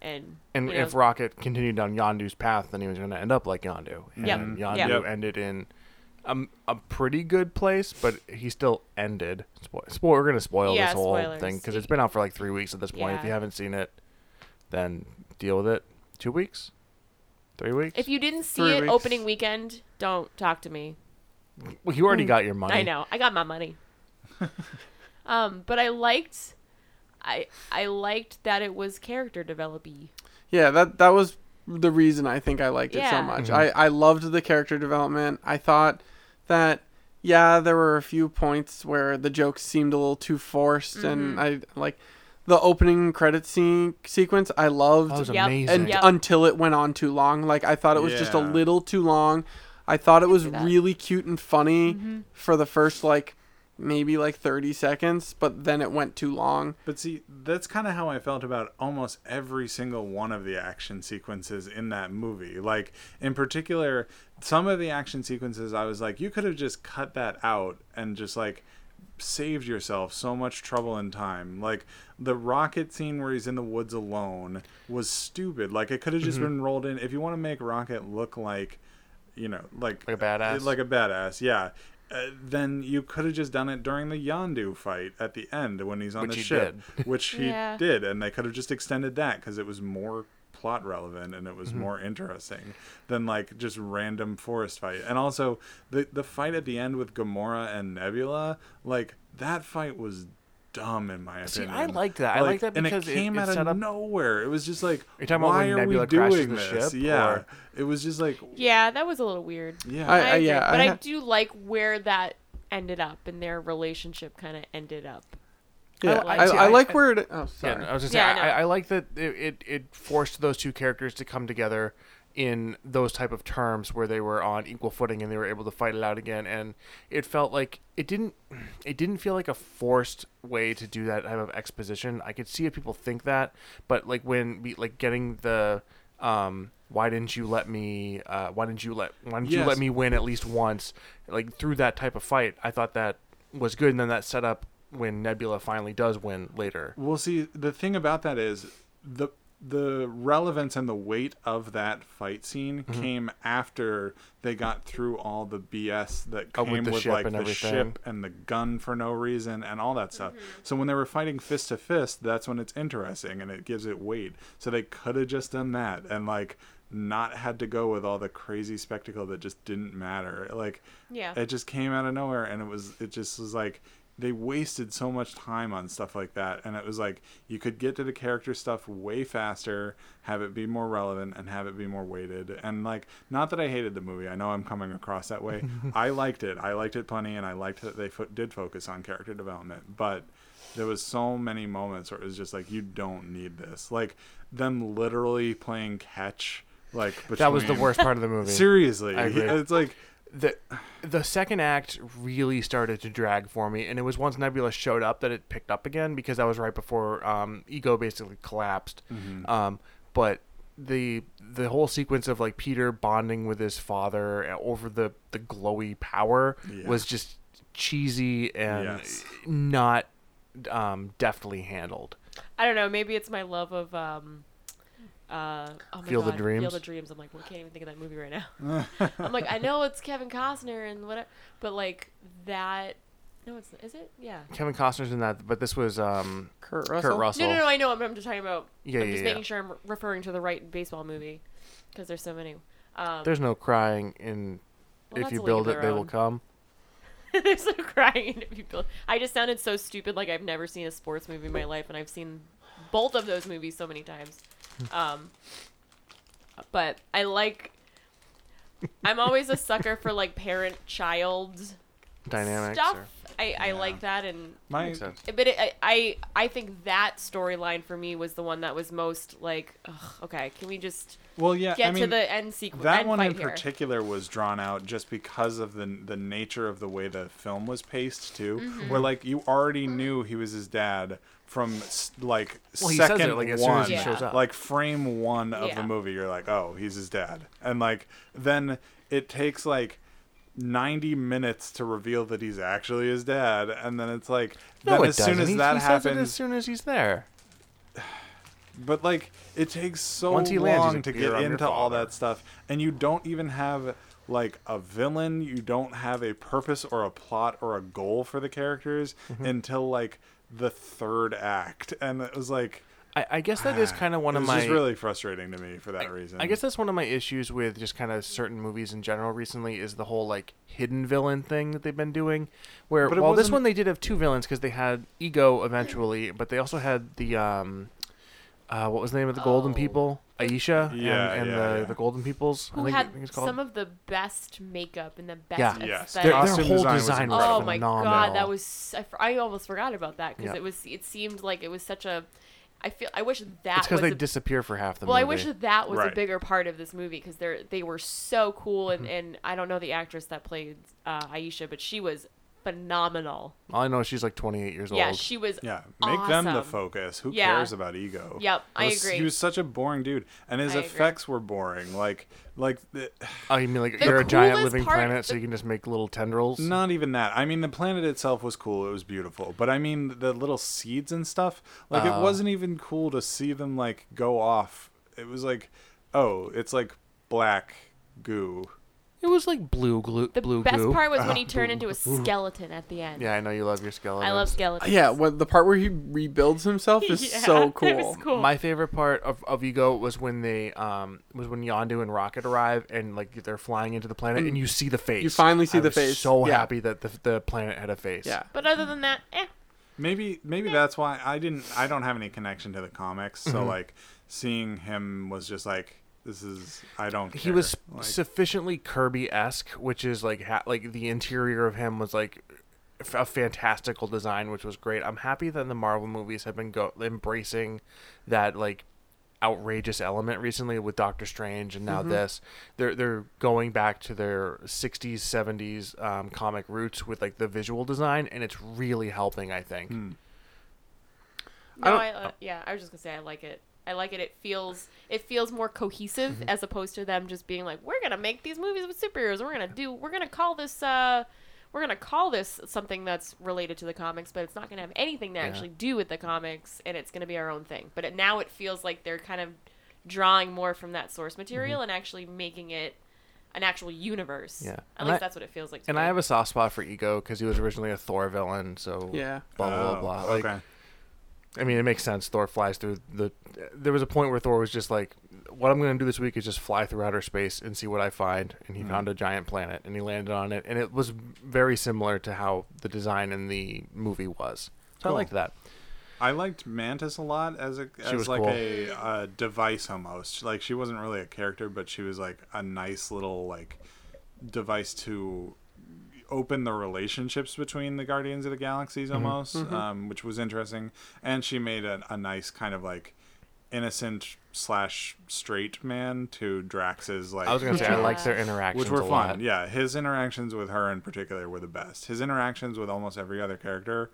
and And you if know, Rocket continued on Yandu's path, then he was going to end up like Yandu. And Yep. Yandu Yep. ended in a, a pretty good place, but he still ended. Spo- spoil, we're going to spoil Yeah, this whole spoilers. thing because it's been out for like three weeks at this point. If Yeah. you haven't seen it, then deal with it. Two weeks? Three weeks? if you didn't see Three it weeks. opening weekend, don't talk to me. well, you already got your money. Hmm. I know I got my money. um, but I liked, I I liked that it was character developy. yeah, that that was the reason I think I liked it so Yeah. much. I I loved the character development. I thought that yeah, there were a few points where the jokes seemed a little too forced, Mm-hmm. and I like the opening credit scene sequence. I loved. That was Yep. amazing. and Yep. until it went on too long. Like I thought it was just a Yeah. little too long. I thought it was see that. really cute and funny for the first like maybe like 30 seconds, but then it went too long. But see, that's kind of how I felt about almost every single one of the action sequences in that movie. Like, in particular, some of the action sequences, I was like, you could have just cut that out and just like saved yourself so much trouble and time. Like, the rocket scene where he's in the woods alone was stupid. Like, it could have just Mm-hmm. been rolled in. If you want to make Rocket look like, you know, like, Like a badass? like a badass, yeah. Uh, then you could have just done it during the Yondu fight at the end when he's on Which the he ship, which he Yeah. did, and they could have just extended that because it was more plot relevant and it was Mm-hmm. more interesting than like just random forest fight. And also the the fight at the end with Gamora and Nebula, like that fight was dumb in my opinion. See, I liked that. I liked that and because it- it came it out set of up- nowhere. It was just like, You're talking about why when are Nebula we crashes doing the this? ship, yeah, or- it was just like, Yeah, that was a little weird. yeah, I- I agree. yeah, but I I, ha- do like where that ended up and their relationship kind of ended up. Yeah, I- I, I, I- like where it. Oh, sorry. Yeah, no, I was just Yeah, yeah, I know. I, I like that it, it, it forced those two characters to come together in those type of terms where they were on equal footing and they were able to fight it out again and it felt like it didn't it didn't feel like a forced way to do that type of exposition. I could see if people think that, but like when we like getting the um why didn't you let me uh why didn't you let why didn't you let Yes. me win at least once like through that type of fight I thought that was good and then that set up when Nebula finally does win later. Well, see, the thing about that is the the relevance and the weight of that fight scene Mm-hmm. came after they got through all the BS that Oh, came with with, the ship like and the everything. ship and the gun for no reason and all that stuff. So when they were fighting fist to fist, that's when it's interesting and it gives it weight. So they could have just done that and like not had to go with all the crazy spectacle that just didn't matter. Like Yeah. it just came out of nowhere and it was it just was like they wasted so much time on stuff like that and it was like you could get to the character stuff way faster have it be more relevant and have it be more weighted and like not that i hated the movie i know i'm coming across that way i liked it i liked it plenty and i liked that they fo- did focus on character development but there was so many moments where it was just like you don't need this like them literally playing catch like between, That was the worst part of the movie. seriously I agree. it's like the the second act really started to drag for me, and it was once Nebula showed up that it picked up again because that was right before um, Ego basically collapsed. Um, but the the whole sequence of like Peter bonding with his father eh, over the the glowy power Yeah. was just cheesy and Yes. not um, deftly handled. I don't know. Maybe it's my love of um, uh, oh my Field of God, Dreams? Field of Dreams. I'm like, well, I can't even think of that movie right now. I'm like, I know it's Kevin Costner and whatever, but like that. No, it's is it? Yeah. Kevin Costner's in that, but this was um, Kurt Russell. Kurt Russell. No, no, no. I know. I'm, I'm just talking about. Yeah, I'm yeah, just yeah. making sure I'm referring to the right baseball movie because there's so many. Um, There's no crying in. Well, if that's a you league build of it, their they will own. come. There's no crying if you build. I just sounded so stupid, like I've never seen a sports movie in my life, and I've seen both of those movies so many times. Um, but I like. I'm always a sucker for like parent-child Dynamics. stuff. or- I, I Yeah. like that, and my Makes sense. but it, I, I I think that storyline for me was the one that was most like, ugh, okay, can we just well yeah get I mean, to the end sequence? that end one fight in here? particular was drawn out just because of the the nature of the way the film was paced too Mm-hmm. where like you already knew he was his dad from s- like Well, he says it, second like, one as soon as he Yeah. shows up. like frame 1 of the Yeah. movie you're like oh he's his dad and like then it takes like 90 minutes to reveal that he's actually his dad and then it's like No, then it as soon doesn't. as He- that he says it happens as soon as he's there. but like it takes so Once he long lands, he's like, to "Peter, I'm get your into all father." that stuff and you don't even have like a villain you don't have a purpose or a plot or a goal for the characters Mm-hmm. until like the third act and it was like I, I guess that is kind of one it of was my. Ah, just really frustrating to me for that reason I guess that's one of my issues with just kind of certain movies in general recently is the whole like hidden villain thing that they've been doing. Where But it while this wasn't- one they did have two villains because they had Ego eventually, but they also had the um, uh, what was the name of the Golden Oh. People? Aisha Yeah, and, and yeah, the, yeah. the Golden Peoples. Who I think, had I think it's called. some of the best makeup and the best Yeah. Yes. their, Their their costume aesthetics. whole design was design was, incredible. Oh my phenomenal. god, that was I, f- I almost forgot about that because Yeah. it was it seemed like it was such a I feel I wish It's that because was they a, disappear for half the well movie. I wish that that was Right. a bigger part of this movie because Mm-hmm. they they were so cool and and I don't know the actress that played uh, Aisha but she was phenomenal. All I know is she's like 28 years Yeah, old. she was. Yeah, make them the Awesome. focus. Who Yeah. cares about ego? Yep, I Was- He agree. was such a boring dude, and his I agree. effects were boring. Like, like the, oh, you mean like The you're a giant coolest living part- planet, so you can just make little tendrils? not even that. I mean, the planet itself was cool. It was beautiful, but I mean the little seeds and stuff. Like, Uh-huh. it wasn't even cool to see them like go off. It was like, oh, it's like black goo. It was like blue glue. The blue best goo. part was when he turned into a skeleton at the end. Yeah, I know you love your skeleton. I love skeletons. Yeah, well, the part where he rebuilds himself is so cool. It was cool. My favorite part of, of Ego was when they um was when Yondu and Rocket arrive and like they're flying into the planet Mm. and you see the face. You finally see I the was face, So yeah. happy that the, the planet had a face. Yeah. but other than that, eh. Maybe maybe that's why I didn't. I don't have any connection to the comics, so Mm-hmm. like seeing him was just like. This is I don't. He care. was Like- sufficiently Kirby esque, which is like ha- like the interior of him was like f- a fantastical design, which was great. I'm happy that the Marvel movies have been go- embracing that like outrageous element recently with Doctor Strange and Mm-hmm. now this. They're they're going back to their 60s 70s um, comic roots with like the visual design, and it's really helping. I think. Hmm. I No, don't- I, uh, yeah, I was just gonna say I like it. I like it. It feels it feels more cohesive Mm-hmm. as opposed to them just being like, we're gonna make these movies with superheroes. and We're gonna do. We're gonna call this. uh We're gonna call this something that's related to the comics, but it's not gonna have anything to actually do with the comics, and it's gonna be our own thing. But it, now it feels like they're kind of drawing more from that source material and actually making it an actual universe. Mm-hmm. Yeah. at And least I- that's what it feels like. To And me. I have a soft spot for Ego because he was originally a Thor villain, so Yeah. blah blah Oh, blah. blah. Like, okay. I mean, it makes sense. Thor flies through the. There was a point where Thor was just like, "What I'm going to do this week is just fly through outer space and see what I find." And Mm-hmm. he found a giant planet and he landed on it, and it was very similar to how the design in the movie was. So I Cool. liked that. I liked Mantis a lot as a as was like cool. a, uh device almost. Like she wasn't really a character, but she was like a nice little like device to open the relationships between the Guardians of the Galaxies Mm-hmm. almost, Um, which was interesting. And she made a, a nice kind of like innocent slash straight man to Drax's like I was going to say I Yeah. liked their interactions, which were fun. a lot. Yeah, his interactions with her in particular were the best. His interactions with almost every other character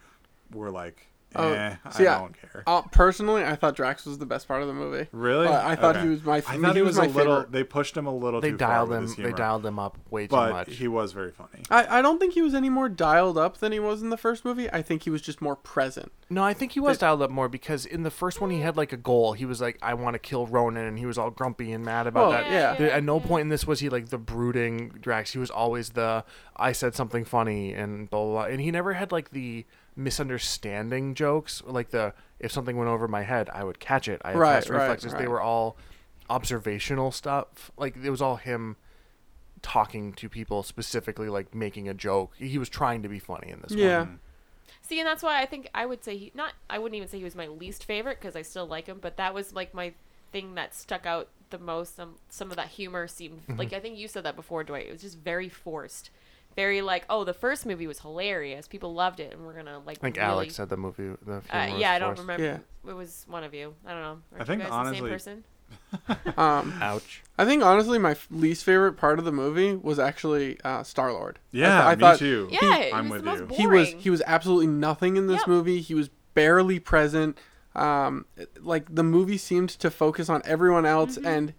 were like, Oh, eh, see, I I- don't care. Uh, personally, I thought Drax was the best part of the movie. Really? But I thought Okay. he was my. I thought he was, my a little. favorite. They pushed him a little. They too dialed far with them. his They humor, dialed them up way too But much. he was very funny. I, I don't think he was any more dialed up than he was in the first movie. I think he was just more present. No, I think he was dialed up more because in the first one he had like a goal. He was like, "I want to kill Ronan," and he was all grumpy and mad about Oh, that. yeah. There- At no point in this was he like the brooding Drax. He was always the "I said something funny" and blah blah. blah. And he never had like the misunderstanding jokes, like the if something went over my head, I would catch it. I had Right, fast right, reflexes. They right. were all observational stuff. Like it was all him talking to people specifically, like making a joke. He was trying to be funny in this one. Yeah. See, and that's why I think I would say he not. I wouldn't even say he was my least favorite because I still like him, but that was like my thing that stuck out the most. Um, some of that humor seemed Mm-hmm. like I think you said that before, Dwight. It was just very forced, very like, oh, the first movie was hilarious. People loved it, and we're gonna like. I think really, Alex said the movie. The Uh, film was yeah, I don't forced. remember. Yeah. It was one of you. I don't know. Aren't you think guys the honestly- same person? Um, Ouch. I think honestly, my f- least favorite part of the movie was actually uh, Star Lord. Yeah, I, me thought too. Yeah, it I'm was the with most you. boring. he was he was absolutely nothing in this Yep. movie. He was barely present. Um, like the movie seemed to focus on everyone else Mm-hmm. and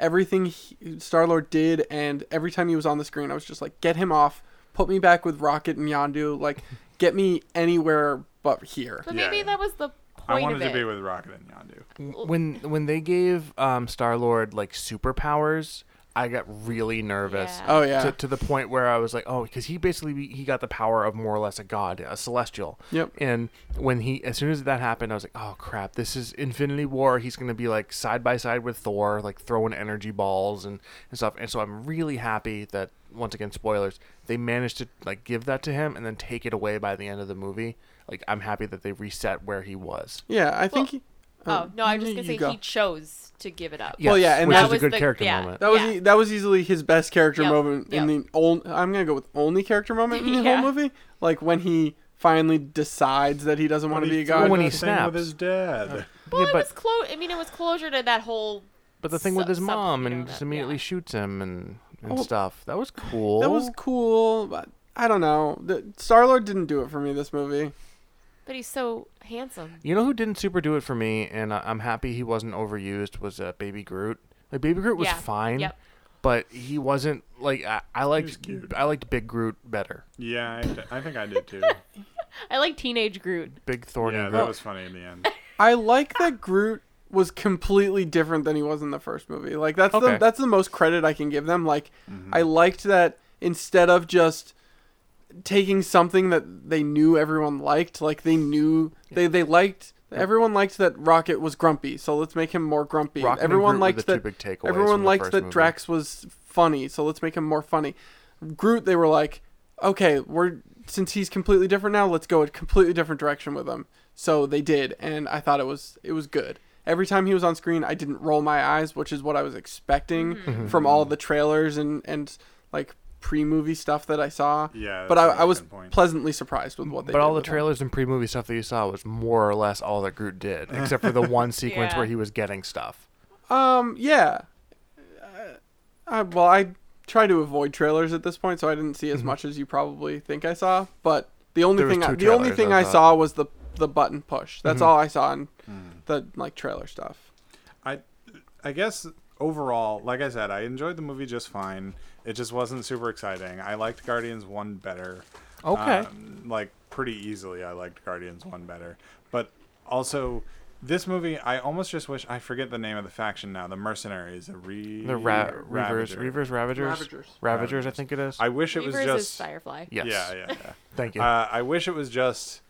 everything Star Lord did, and every time he was on the screen, I was just like, get him off, put me back with Rocket and Yondu, like get me anywhere but here. But Yeah, maybe yeah. that was the I point wanted of it. to be with Rocket and Yondu. When when they gave um, Star Lord like superpowers, I got really nervous. Yeah. Oh yeah, To, to the point where I was like, oh, because he basically be- he got the power of more or less a god, a celestial. Yep. And when he, as soon as that happened, I was like, oh crap, this is Infinity War. He's gonna be like side by side with Thor, like throwing energy balls and, and stuff. And so I'm really happy that once again, spoilers, they managed to like give that to him and then take it away by the end of the movie. Like I'm happy that they reset where he was. yeah. I think. he- oh no, I'm just you- gonna you say go. he chose to give it up. Well, yeah, and which that is a was good the- character yeah. moment. That was Yeah. e- that was easily his best character Yep. moment in Yep. the only. I'm gonna go with only character moment in the Yeah. whole movie. Like when he finally decides that he doesn't want to be a god. Well, when he the thing snaps. with his dad. Well, Yeah, it but- was clo- I mean, it was closure to that whole. But the thing So- with his some- mom you know, and that- just immediately yeah. shoots him and, and Oh. stuff. That was cool. That was cool, but I don't know. Star Lord didn't do it for me. This movie. But he's so handsome. You know who didn't super do it for me, and I- I'm happy he wasn't overused. Was uh, Baby Groot. Like Baby Groot was Yeah. fine, Yep. but he wasn't like I, I liked. cute. I liked Big Groot better. Yeah, I, d- I think I did too. I like teenage Groot. Big Thorny. yeah, Groot. that was funny in the end. I like that Groot was completely different than he was in the first movie. Like that's Okay. the that's the most credit I can give them. Like Mm-hmm. I liked that instead of just taking something that they knew everyone liked, like they knew they they liked everyone liked that Rocket was grumpy, so let's make him more grumpy. Rocket and everyone Groot were liked the that two big takeaways from everyone the liked first that movie. Drax was funny, so let's make him more funny. Groot they were like, okay, we're since he's completely different now, let's go a completely different direction with him. So they did, and I thought it was it was good. Every time he was on screen, I didn't roll my eyes, which is what I was expecting Mm-hmm. Mm-hmm. from all the trailers and and like pre-movie stuff that I saw. Yeah, but I, that's a I was good point. pleasantly surprised with what they. But did all the with him. trailers and pre-movie stuff that you saw was more or less all that Groot did, except for the one sequence Yeah. where he was getting stuff. Um. Yeah. Uh, I, well, I try to avoid trailers at this point, so I didn't see as much as you probably think I saw. But the only Mm-hmm. There was thing two I, the only trailers, thing I I thought. Mm-hmm. saw was the the button push. That's all I saw in the like trailer stuff. I I guess overall, like I said, I enjoyed the movie just fine. It just wasn't super exciting. I liked Guardians 1 better. Okay. Um, like pretty easily I liked Guardians 1 better. But also this movie, I almost just wish I forget the name of the faction now. The mercenaries, the re The ra- Reavers, Ravager. Reavers, Ravagers, Ravagers, Ravagers. I think it is. I wish it was Reavers just is Firefly. yes. Yeah, yeah, yeah. Thank you. Uh, I wish it was just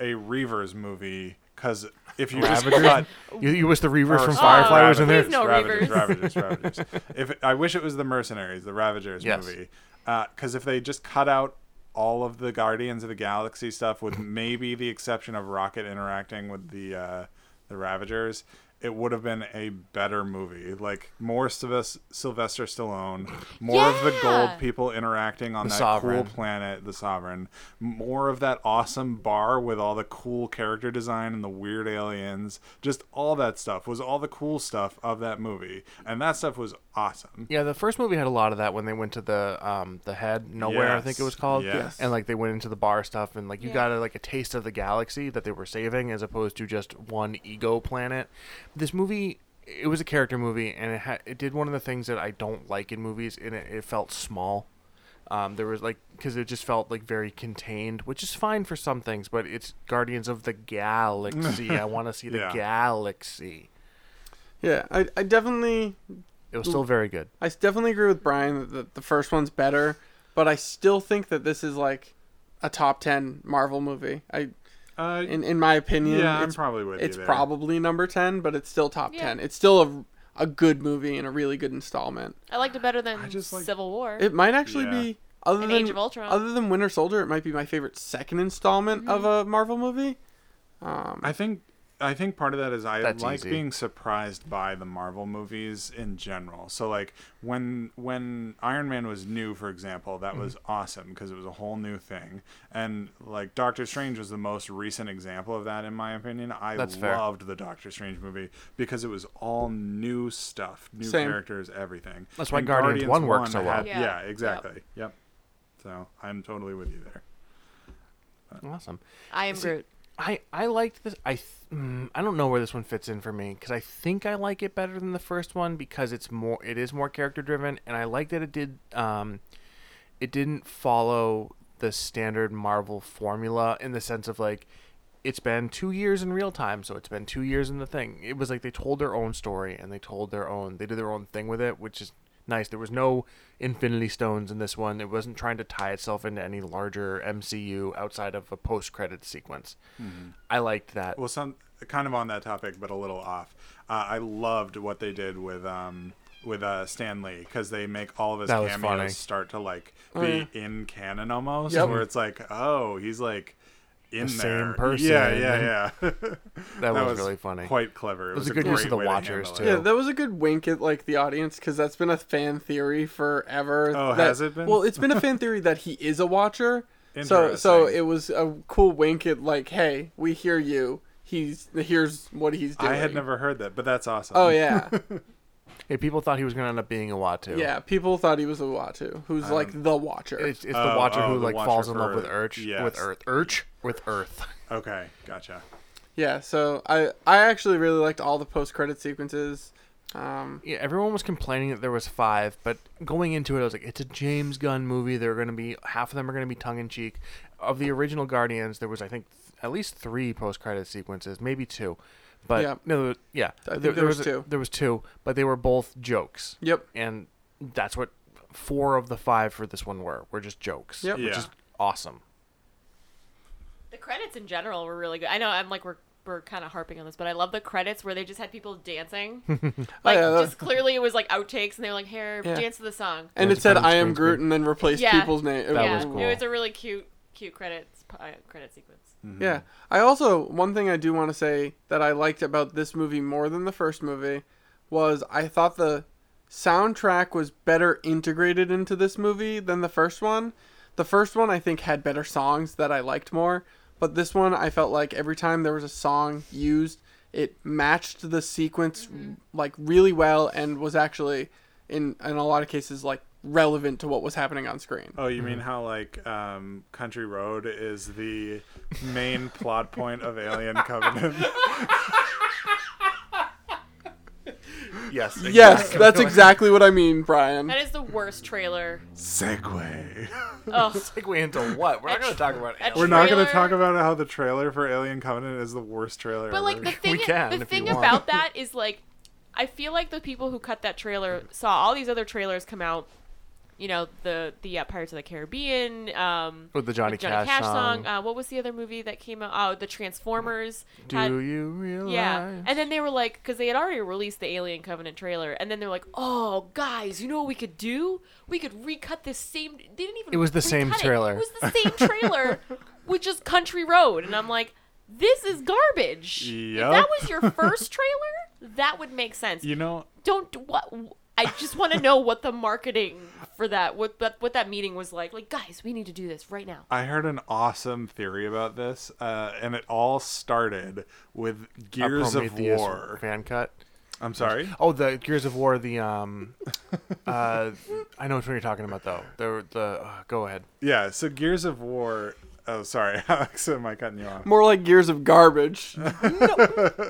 a Reavers movie because if you just Ravagers? cut you, you wish the Reavers Or Oh, from sorry, Firefly was in there. Please no Ravagers, Reavers. Ravagers, Ravagers. if I wish it was the Mercenaries, the Ravagers Yes. movie, because if they just cut out all of the Guardians of the Galaxy stuff, with maybe the exception of Rocket interacting with the uh, the Ravagers, it would have been a better movie. Like more Sylves- Sylvester Stallone, more of the gold Yeah. people interacting on The that Sovereign. cool planet, the Sovereign, more of that awesome bar with all the cool character design and the weird aliens, just all that stuff was all the cool stuff of that movie, and that stuff was awesome. Yeah, the first movie had a lot of that when they went to the um the head nowhere I think it Yes, was called, yes. and like they went into the bar stuff and like you Yeah. got a, like a taste of the galaxy that they were saving as opposed to just one ego planet. This movie it was a character movie and it had it did one of the things that I don't like in movies and it, it felt small. Um, there was like because it just felt like very contained, which is fine for some things, but it's Guardians of the Galaxy. I want to see the Yeah. galaxy. Yeah, I, I definitely It was still very good. I s- definitely agree with Brian that the, the first one's better, but I still think that this is like a top ten Marvel movie. I Uh, in in my opinion, yeah, I'm it's probably with you it's there. probably number 10 but it's still top Yeah. 10 it's still a, a good movie and a really good installment I liked it better than I just like- Civil War. it might actually Yeah. be other And than Age of Ultron. other than winter soldier it might be my favorite second installment of a Mm-hmm. marvel movie um, I think I think part of that is I That's like easy. being surprised by the Marvel movies in general. So like when when Iron Man was new, for example, Mm-hmm. that was awesome because it was a whole new thing. And like Doctor Strange was the most recent example of that in my opinion. I That's fair. loved the Doctor Strange movie because it was all new stuff, new Same. characters, everything. That's why Guardians 1 worked so well. yeah. Yeah. Yep. exactly. Yep. So I'm totally with you there. Awesome. I am Groot. I I liked this. I th- mm, I don't know where this one fits in for me because I think I like it better than the first one because it's more it is more character driven and I like that it did um, it didn't follow the standard Marvel formula in the sense of like it's been two years in real time, so it's been two years in the thing. It was like they told their own story and they told their own they did their own thing with it, which is nice. There was no Infinity Stones in this one. It wasn't trying to tie itself into any larger MCU outside of a post credit sequence. I liked that. Mm-hmm. well some kind of on that topic but a little off uh, i loved what they did with um with uh stan lee because they make all of his That was cameos funny. start to like be in canon almost Yep. where it's like oh he's like in The same there person, yeah and yeah yeah that, that, was, really funny. quite clever it was a good use great of the way to Watchers, handle too. it. yeah that was a good wink at like the audience because that's been a fan theory forever Oh, that- has it been? well it's been a fan theory that he is a watcher so so Interesting. it was a cool wink at like hey we hear you he's here's what he's doing i had never heard that but that's awesome oh yeah Hey, people thought he was going to end up being a Watu. Yeah, people thought he was a Watu, who's like the Watcher. Um, It's, it's the Oh, Watcher oh, who the like Watcher falls in love for- with Urch, with yes. Earth, Urch with Earth. Okay, gotcha. yeah, so I I actually really liked all the post credit sequences. Um, Yeah, everyone was complaining that there was five, but going into it, I was like, it's a James Gunn movie. They're going to be half of them are going to be tongue in cheek. Of the original Guardians, there was I think th- at least three post credit sequences, maybe two, but Yeah. no, there was- yeah, I think there was a- two. There was two, but they were both jokes, yep, and that's what four of the five for this one were. Were just jokes, Yep. which Yeah. is awesome. The credits in general were really good. I know I'm like we're we're kind of harping on this, but I love the credits where they just had people dancing. like yeah, that- just clearly it was like outtakes, and they were like, "Here, Yeah. dance to the song." and Those it said bonus I am screens Groot, and then replaced Yeah. people's name. That yeah, was cool. it was a really cute cute credits uh, credit sequence. Mm. Yeah. I also one thing I do want to say that I liked about this movie more than the first movie was I thought the soundtrack was better integrated into this movie than the first one. The first one I think had better songs that I liked more, but this one I felt like every time there was a song used, it matched the sequence like really well and was actually in in a lot of cases like relevant to what was happening on screen. Oh, you Mm-hmm. mean how like um, Country Road is the main plot point of Alien Covenant? Yes, Yes, that's exactly what I mean, Brian. That is the worst trailer. Segway. Ugh. segue into what we're not going to talk about. Etch- Alien. We're not going Trailer. to talk about how the trailer for Alien Covenant is the worst trailer. But like ever. the thing, can if the you thing want. about that is like, I feel like the people who cut that trailer saw all these other trailers come out. You know the the uh, Pirates of the Caribbean, um, With the Johnny, Johnny Cash, song. Uh, what was the other movie that came out? Oh, the Transformers. Do had- you realize? yeah, and then they were like, because they had already released the Alien Covenant trailer, and then they're like, "Oh, guys, you know what we could do? We could recut this same. They didn't even. It was the same recut it. trailer. It was the same trailer with just Country Road, and I'm like, this is garbage. Yep. If that was your first trailer, that would make sense. you know, Don't what. I just want to know what the marketing for that, what that, what that meeting was like. Like, guys, we need to do this right now. I heard an awesome theory about this, uh, and it all started with A Gears of Prometheus War. fan cut. I'm sorry. Oh, the Gears of War. The um, uh, I know which one you're talking about though. The the uh, go ahead. Yeah. So Gears of War. Oh, sorry, Alex. Am I cutting you off? More like Gears of Garbage.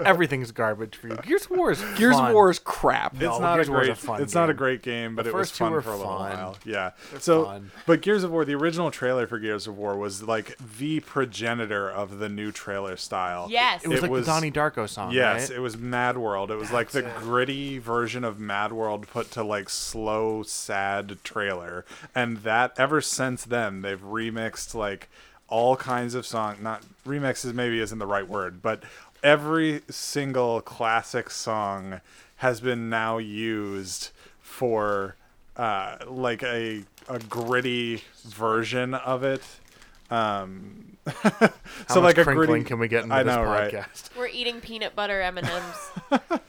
Everything's garbage for you. Gears of War is Gears fun. of War is crap. No, it's not a Gears of War's a great. fun it's not a game. great game, but The it was first two fun were for a little fun. while. Yeah. so, fun. but Gears of War, the original trailer for Gears of War was like the progenitor of the new trailer style. Yes. It was like the Donnie Darko song. Yes, right? it was Mad World. It was like the gritty version of Mad World put to like slow, sad trailer. And that ever since then they've remixed like all kinds of song not remixes maybe isn't the right word, but every single classic song has been now used for uh like a a gritty version of it. Um so much like a crinkling gritty can we get into I this know, right? podcast? We're eating peanut butter M and M's.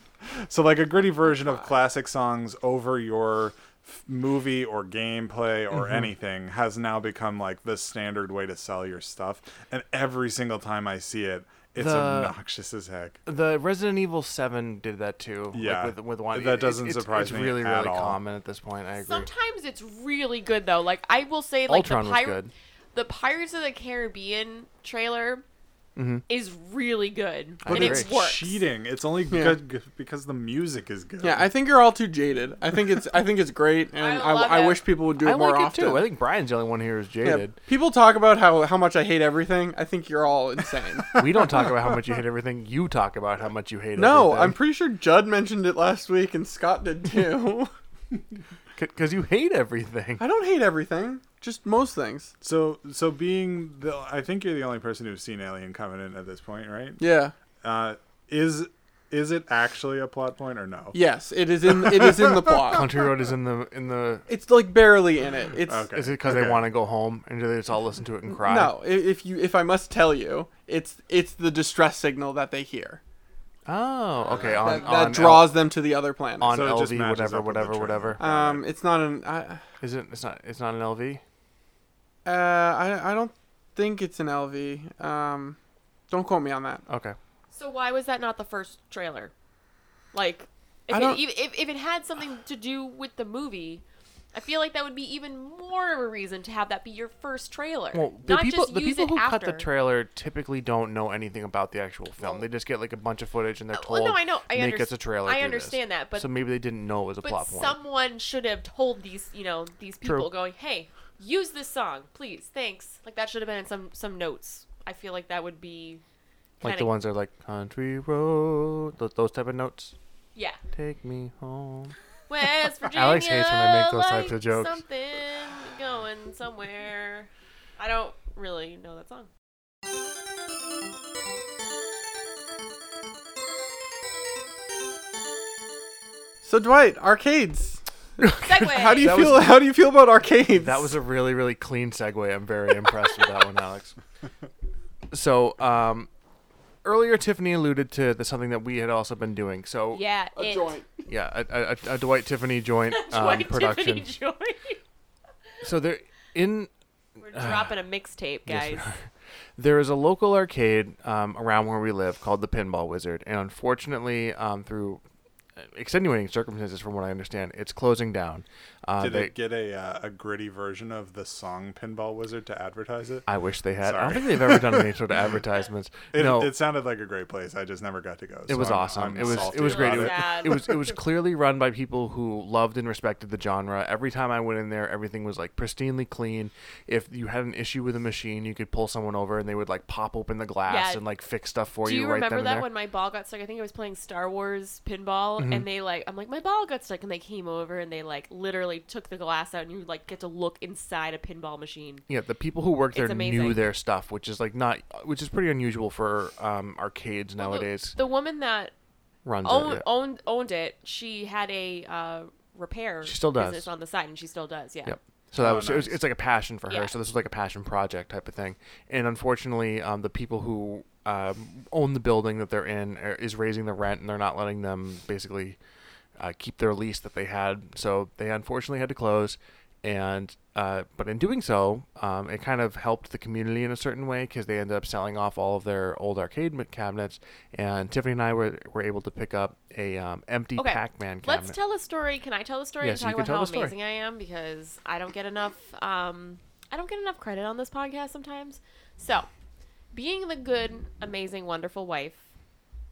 So like a Oh gritty version of classic songs over your f- movie or gameplay Mm-hmm. or anything has now become like the standard way to sell your stuff and every single time I see it it's The- obnoxious as heck. The Resident Evil Seven did that too. Yeah. like with with one. That it- doesn't it's- surprise it's me really at really all. common at this point. I agree. Sometimes it's really good though. Like I will say, like Ultron the was Pir- good. the Pirates of the Caribbean trailer is really good, Mm-hmm. I and agree. it works. Cheating. It's only Yeah. good g- because the music is good. Yeah, I think you're all too jaded. I think it's I think it's great, and I I, love I, it. wish people would do it I more like it often. too. I think Brian's the only one here who's Yeah, jaded. people talk about how how much I hate everything. I think you're all insane. We don't talk about how much you hate everything. You talk about how much you hate. no, everything. I'm pretty sure Judd mentioned it last week, and Scott did too. because you hate everything. I don't hate everything, just most things. So so being the I think you're the only person who's seen Alien Covenant at this point, right? Yeah. Uh is is it actually a plot point or no? Yes, it is in it is in the plot. Country Road is in the in the. It's like barely in it. It's Okay. Is it because they okay. want to go home and do they just all listen to it and cry? no. i- If you if I must tell you, it's it's the distress signal that they hear Oh, okay. On that, that on L- draws them to the other planet. on So it just LV matches whatever up with the whatever trailer. whatever. um, it's not an. I, Is it? It's not. It's not an LV. Uh, I, I don't think it's an LV. Um, don't quote me on that. Okay. So why was that not the first trailer? Like If I it, don't- ev- if, if it had something to do with the movie, I feel like that would be even more of a reason to have that be your first trailer. Well, the not people just the use people who it after. cut the trailer typically don't know anything about the actual film. Well- Uh, they just get like a bunch of footage and they're Well, told. no, I know. I make underst- us a trailer. do I this." understand that, but- so maybe they didn't know it was a But plot point. someone should have told these, you know, these people True. going, "Hey, use this song, please. Thanks." Like that should have been in some some notes. I feel like that would be like kinda- the ones that are like country road, th- those type of notes. Yeah. Take me home. West Virginia. Alex hates when I make those types like of jokes. Something going somewhere. I don't really know that song. So Dwight, arcades. Segway. How do you That feel? how do you feel about arcades? That was a really really clean segue. I'm very impressed with that one, Alex. So, um, earlier Tiffany alluded to the, something that we had also been doing. So Yeah. it. yeah, a, a, a Dwight Tiffany joint um, Dwight production. Tiffany Joy. So there in We're dropping a mixtape, Uh, Yes, guys. we There is a local arcade um, around where we live called the Pinball Wizard, and unfortunately, um, through extenuating circumstances, from what I understand, it's closing down. Uh, Did they- it get a uh, a gritty version of the song Pinball Wizard to advertise it? I wish they had. I don't Sorry. think they've ever done any sort of advertisements. It, no, it sounded like a great place. I just never got to go. it was awesome. it was it was great. It about was, it. Sad. it was it was clearly run by people who loved and respected the genre. Every time I went in there, everything was like pristinely clean. If you had an issue with a machine, you could pull someone over and they would like pop open the glass Yeah. and like fix stuff for Do you, right remember then and that there. when my ball got stuck? I think I was playing Star Wars pinball, Mm-hmm. and they like, I'm like, my ball got stuck, and they came over and they like literally took the glass out, and you like get to look inside a pinball machine. Yeah, the people who work there It's knew amazing. their stuff, which is like not, which is pretty unusual for um, arcades Well, the- nowadays. the, woman that runs owned, it. yeah. owned owned it, she had a uh, repair She still does. business on the side, and she still does. Yeah. Yep. So that Oh, was, it was nice. it's like a passion for her. Yeah. So this was like a passion project type of thing. And unfortunately, um, the people who um, own the building that they're in are, is raising the rent, and they're not letting them basically uh, keep their lease that they had. So they unfortunately had to close. And uh, but in doing so, um, it kind of helped the community in a certain way because they ended up selling off all of their old arcade ma- cabinets. And Tiffany and I were, were able to pick up a um, empty Okay. Pac-Man cabinet. Let's tell a story. Can I tell a story Yes, and you talk can about tell how the story. amazing I am? Because I don't get enough. Um, I don't get enough credit on this podcast sometimes. So, being the good, amazing, wonderful wife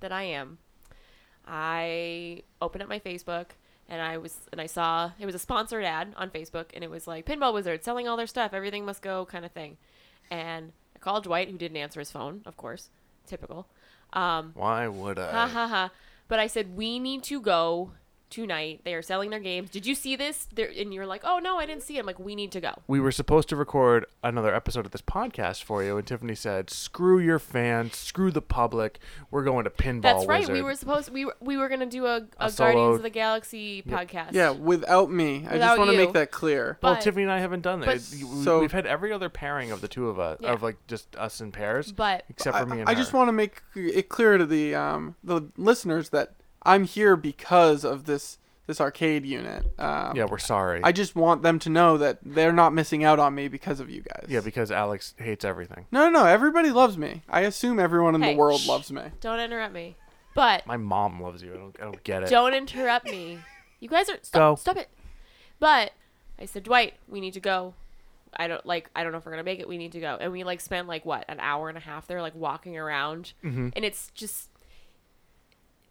that I am, I opened up my Facebook and I was and I saw it was a sponsored ad on Facebook and it was like Pinball Wizard selling all their stuff, everything must go kind of thing. And I called Dwight who didn't answer his phone, of course, typical. Um, Why would ha I? ha ha. But I said we need to go tonight. They are selling their games. Did you see this? They're, and you're like, oh no, I didn't see it. I'm like, we need to go. we were supposed to record another episode of this podcast for you, and Tiffany said, "Screw your fans, screw the public. We're going to pinball." That's right. We Wizard." were supposed we were, we were gonna do a, a, solo- Guardians of the Galaxy podcast. Yeah, without me. I Without just want to you. make that clear. Well, but- Tiffany and I haven't done that. but- It- we- So- we've had every other pairing of the two of us, Yeah. of like just us in pairs, But except I, for me and I her. just want to make it clear to the um the listeners that I'm here because of this this arcade unit. Um, Yeah, we're sorry. I just want them to know that they're not missing out on me because of you guys. yeah, because Alex hates everything. no, no, no. Everybody loves me. I assume everyone in Hey, the world shh. loves me. don't interrupt me. But My mom loves you. I don't. I don't get it. Don't interrupt me. You guys are stop, Go. stop it. But I said, Dwight, we need to go. I don't like. I don't know if we're gonna make it. We need to go. And we like spent like what an hour and a half there, like walking around, Mm-hmm. and it's just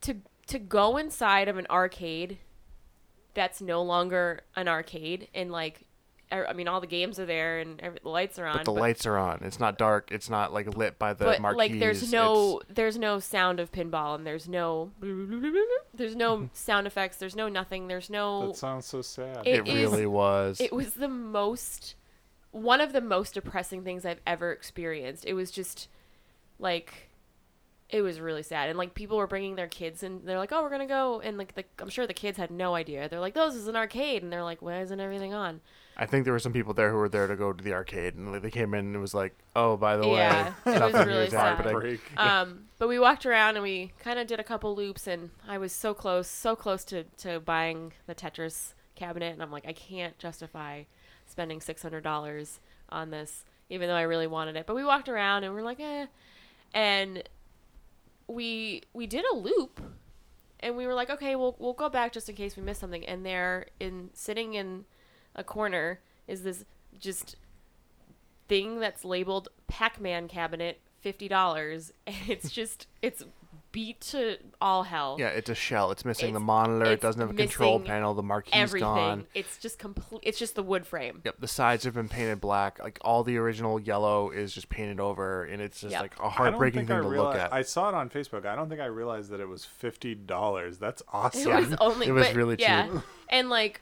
to to go inside of an arcade that's no longer an arcade, and like, er, I, I mean, all the games are there and every, the lights are on. But the lights are on. It's not dark. It's not like lit by the but marquees. like there's It's- no there's no sound of pinball and there's no there's no sound effects there's no nothing there's no That sounds so sad. It, It is- really was. it was the most one of the most depressing things I've ever experienced. It was just like it was really sad. And like people were bringing their kids and they're like, "Oh, we're going to go." And like the, I'm sure the kids had no idea. They're like, "This is an arcade." And they're like, "Why isn't everything on?" I think there were some people there who were there to go to the arcade, and like, they came in and it was like, "Oh, by the Yeah, it way, was nothing really is happening." sad. Break. Um, but we walked around and we kind of did a couple loops and I was so close, so close to to buying the Tetris cabinet and I'm like, I can't justify spending $600 on this even though I really wanted it. But we walked around and we're like, "Eh." And we we did a loop and we were like, okay, we'll we'll go back just in case we miss something. And there, in sitting in a corner, is this just thing that's labeled Pac-Man cabinet, fifty dollars, and it's just it's beat to all hell. Yeah, it's a shell. It's missing the It's- monitor. It it's doesn't have a control missing panel. The marquee's Everything. gone. It's just complete. It's just the wood frame. Yep, the sides have been painted black. Like all the original yellow is just painted over, and it's just Yep. like a I don't heartbreaking think I thing to realized, look at. I saw it on Facebook. I don't think I realized that it was fifty dollars. That's awesome. It was only. It was but, really yeah. cheap. And like,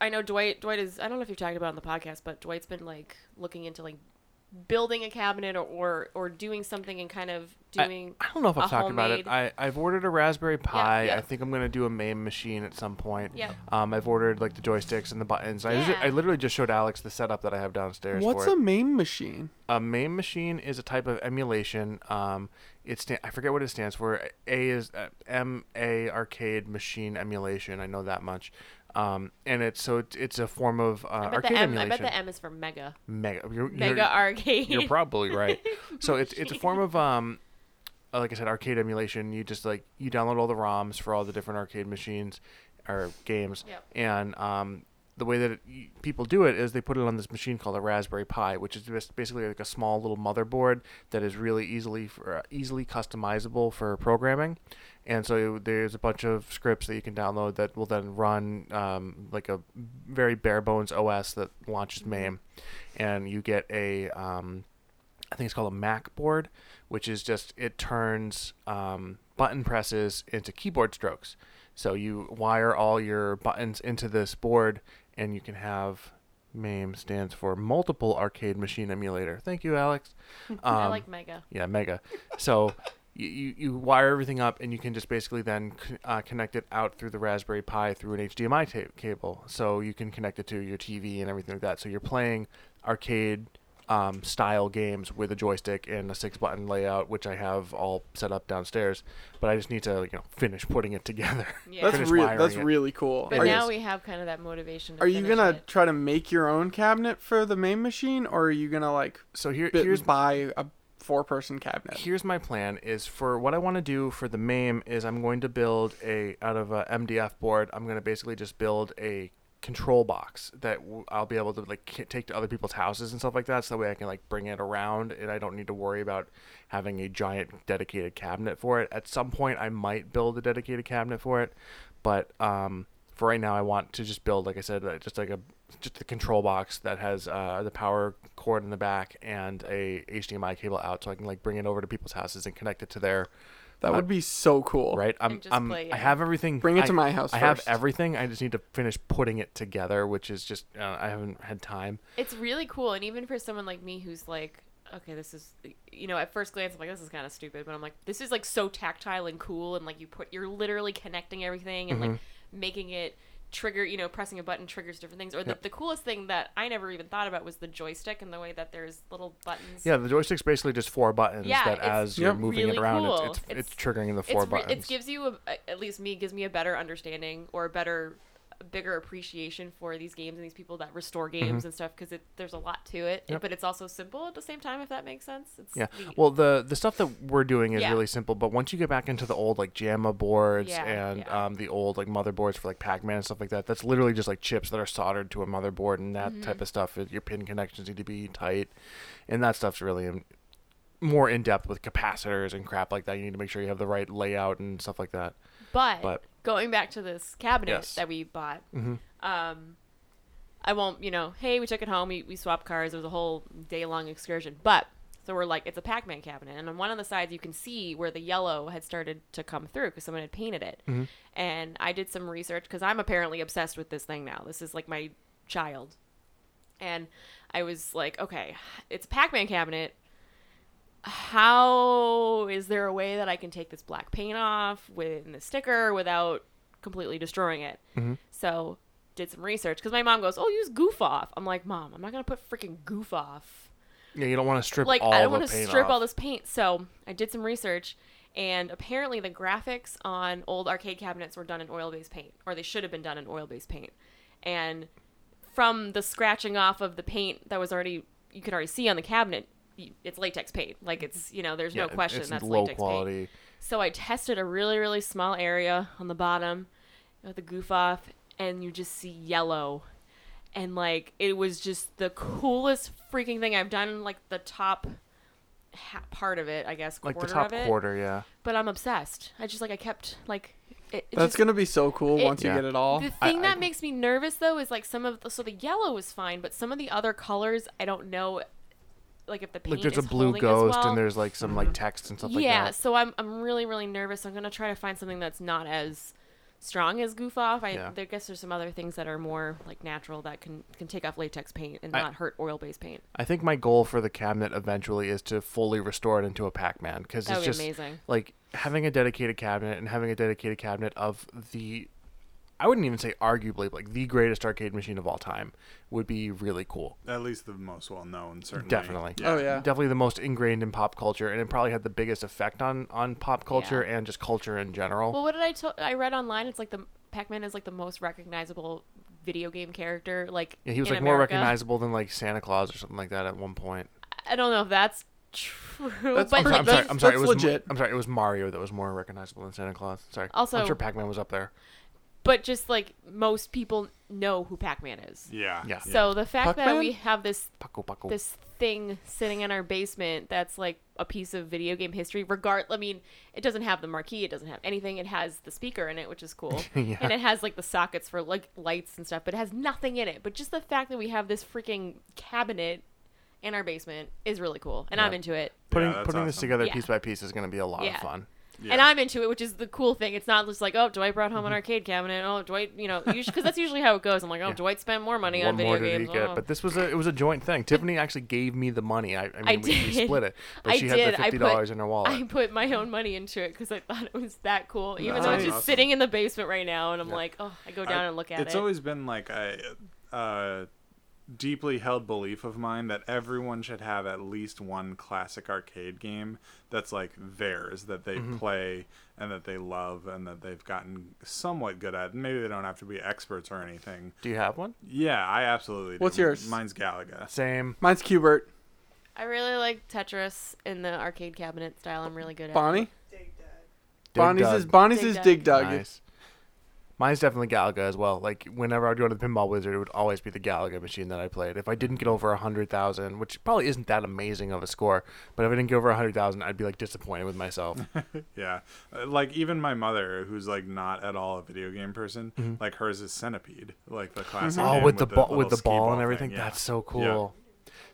I know Dwight. Dwight is. I don't know if you've talked about it on the podcast, but Dwight's been like looking into like building a cabinet or or, or doing something and kind of doing. I don't know if I've a talked about it. homemade- I, I've ordered a Raspberry Pi. yeah. I think I'm gonna do a MAME machine at some point. Yep. Um, I've ordered like the joysticks and the buttons. I, usually, Yeah. I literally just showed Alex the setup that I have downstairs. What's for a it. MAME machine? A MAME machine is a type of emulation. Um, it sta- I forget what it stands for. A is uh, M A arcade machine emulation. I know that much. Um, and it's so it's, it's a form of uh, I bet arcade the M. I emulation. bet the M is for mega. Mega. You're, Mega you're, arcade. you're probably right. so it's it's a form of um, uh, like I said, arcade emulation. You just like you download all the ROMs for all the different arcade machines or games, Yep. and um. The way that it, y- people do it is they put it on this machine called a Raspberry Pi, which is just basically like a small little motherboard that is really easily for, uh, easily customizable for programming. And so there's a bunch of scripts that you can download that will then run um, like a very bare bones OS that launches MAME, and you get a um, I think it's called a Mac board, which is just it turns um, button presses into keyboard strokes. So you wire all your buttons into this board, and you can have MAME stands for Multiple Arcade Machine Emulator. Thank you, Alex. Um, I like mega. yeah, mega. So you, you, you wire everything up, and you can just basically then c- uh, connect it out through the Raspberry Pi through an HDMI ta- cable. So you can connect it to your TV and everything like that. So you're playing arcade um, style games with a joystick and a six button layout, which I have all set up downstairs. But I just need to you know finish putting it together. Yeah. That's Finish real. wiring That's it. really cool. But Are you- now we have kind of that motivation. To Are you finish gonna it. try to make your own cabinet for the main machine, or are you gonna like So here, bit, here's buy a four-person cabinet? here's my plan is for what I want to do for the MAME is I'm going to build a out of a MDF board. I'm going to basically just build a control box that w- I'll be able to like ki- take to other people's houses and stuff like that. So that way I can like bring it around and I don't need to worry about having a giant dedicated cabinet for it. At some point I might build a dedicated cabinet for it, but um for right now I want to just build like I said uh, just like a just the control box that has uh, the power cord in the back and a HDMI cable out so I can like bring it over to people's houses and connect it to their That would be so cool. right I'm, And just I'm play I it. have everything Bring it I- to my house I have first. everything I just need to finish putting it together which is just uh, I haven't had time It's really cool, and even for someone like me who's like, okay, this is, you know, at first glance I'm like, this is kind of stupid, but I'm like, this is like so tactile and cool, and like you put, you're literally connecting everything and like making it trigger, you know, pressing a button triggers different things. Or the, the coolest thing that I never even thought about was the joystick and the way that there's little buttons. yeah the joystick's basically just four buttons Yeah, that it's as you're Yep. moving really it around cool. it's, it's, it's It's- triggering the four It's re- buttons it gives you a, at least me gives me a better understanding or a better a bigger appreciation for these games and these people that restore games and stuff because it there's a lot to it Mm-hmm. Yep. but it's also simple at the same time if that makes sense it's Yeah. neat. Well, the the stuff that we're doing is Yeah. really simple, but once you get back into the old like JAMA boards Yeah, and yeah. um, the old like motherboards for like Pac-Man and stuff like that, that's literally just like chips that are soldered to a motherboard and Mm-hmm. that type of stuff. Your pin connections need to be tight, and that stuff's really in, more in depth with capacitors and crap like that. You need to make sure you have the right layout and stuff like that. But, But- going back to this cabinet Yes. Mm-hmm. that we bought, um, I won't, you know, hey, we took it home, we, we swapped cars, it was a whole day long excursion. But, so we're like, it's a Pac Man cabinet. And on one of the sides, you can see where the yellow had started to come through because someone had painted it. Mm-hmm. And I did some research because I'm apparently obsessed with this thing now. This is like my child. And I was like, okay, it's a Pac Man cabinet how is there a way that I can take this black paint off within the sticker without completely destroying it? So did some research because my mom goes, "Oh, use goof off." I'm like, "Mom, I'm not gonna put freaking goof off." Yeah, you don't want to strip Like all I don't the want to paint strip off. all this paint. So I did some research, and apparently the graphics on old arcade cabinets were done in oil-based paint, or they should have been done in oil-based paint, and from the scratching off of the paint that was already you could already see on the cabinet, y- it's latex paint. Like it's you know there's Yeah, no it- question it's that's low latex paint quality. So I tested a really, really small area on the bottom with a goof off, and you just see yellow. And like, it was just the coolest freaking thing I've done, like the top ha- part of it, I guess, like the quarter top of it. quarter, yeah. But I'm obsessed. I just like, I kept like, it, it That's just- gonna be so cool it- once Yeah. you get it all. the I- thing I- that makes me nervous though is like some of the, so the yellow is fine, but some of the other colors I don't know, like if the paint Like there's a is blue holding as ghost well. Mm-hmm. and there's like some like text and stuff yeah, like that. so I'm I'm really really nervous. I'm gonna try to find something that's not as strong as goof off. I, Yeah. I guess there's some other things that are more like natural that can can take off latex paint and I- not hurt oil based paint. I think my goal for the cabinet eventually is to fully restore it into a Pac-Man because it's That would be just amazing. like having a dedicated cabinet and having a dedicated cabinet of the I wouldn't even say arguably but, like the greatest arcade machine of all time would be really cool. At least the most well known, certainly. Definitely. Oh yeah. Definitely the most ingrained in pop culture and it probably had the biggest effect on on pop culture and just culture in general. Well, what did I tell? I read online. It's like the Pac-Man is like the most recognizable video game character. Like yeah, he was in like more America. recognizable than like Santa Claus or something like that at one point. I don't know if that's true, That's but I'm sorry. like, I'm that's- sorry. I'm sorry. It that's was legit. I'm sorry. It was Mario that was more recognizable than Santa Claus. Sorry. Also- I'm sure Pac-Man was up there. but just like most people know who Pac-Man is. Yeah. Yeah. So the fact that Pac-Man? we have this Paco Paco. this thing sitting in our basement that's like a piece of video game history. Regard, I mean, it doesn't have the marquee, it doesn't have anything. It has the speaker in it, which is cool, Yeah. and it has like the sockets for like lights and stuff, but it has nothing in it. But just the fact that we have this freaking cabinet in our basement is really cool, and I'm Yeah. into it. putting that's putting this awesome. together Yeah. piece by piece is going to be a lot Yeah. of fun. Yeah. And I'm into it, which is the cool thing. It's not just like, oh, Dwight brought home an arcade cabinet. Oh, Dwight, you know, because that's usually how it goes. I'm like, oh, Mm-hmm. Yeah. Dwight spent more money What on video more did games. he get? oh. But this was a it was a joint thing. Tiffany actually gave me the money. I, I mean, I we, we did. split it, but I she did. had the I fifty put- dollars in her wallet. I put my own money into it because I thought it was that cool, even though it's Nice. just sitting in the basement right now. And I'm like, oh, I go I- down and look at it's it. always been like a, a deeply held belief of mine that everyone should have at least one classic arcade game that's like theirs that they Mm-hmm. play and that they love and that they've gotten somewhat good at. Maybe they don't have to be experts or anything. Do you have one? Yeah, I absolutely. Do. What's yours? Mine's Galaga. Same. Mine's Cubert. I really like Tetris in the arcade cabinet style. I'm really good at. Bonnie. Dig Bonnie's Dug. is Bonnie's Dig is Dug. Dig Dug. Nice. Mine's definitely Galaga as well. Like whenever I'd go to the pinball wizard, it would always be the Galaga machine that I played. If I didn't get over a hundred thousand, which probably isn't that amazing of a score, but if I didn't get over a hundred thousand, I'd be like disappointed with myself. Yeah, Uh, like even my mother, who's like not at all a video game person, like hers is Centipede, like Mm-hmm. the classic. Mm-hmm. Oh, game with the, ball, little with the ski ball and thing, everything. yeah. That's so cool.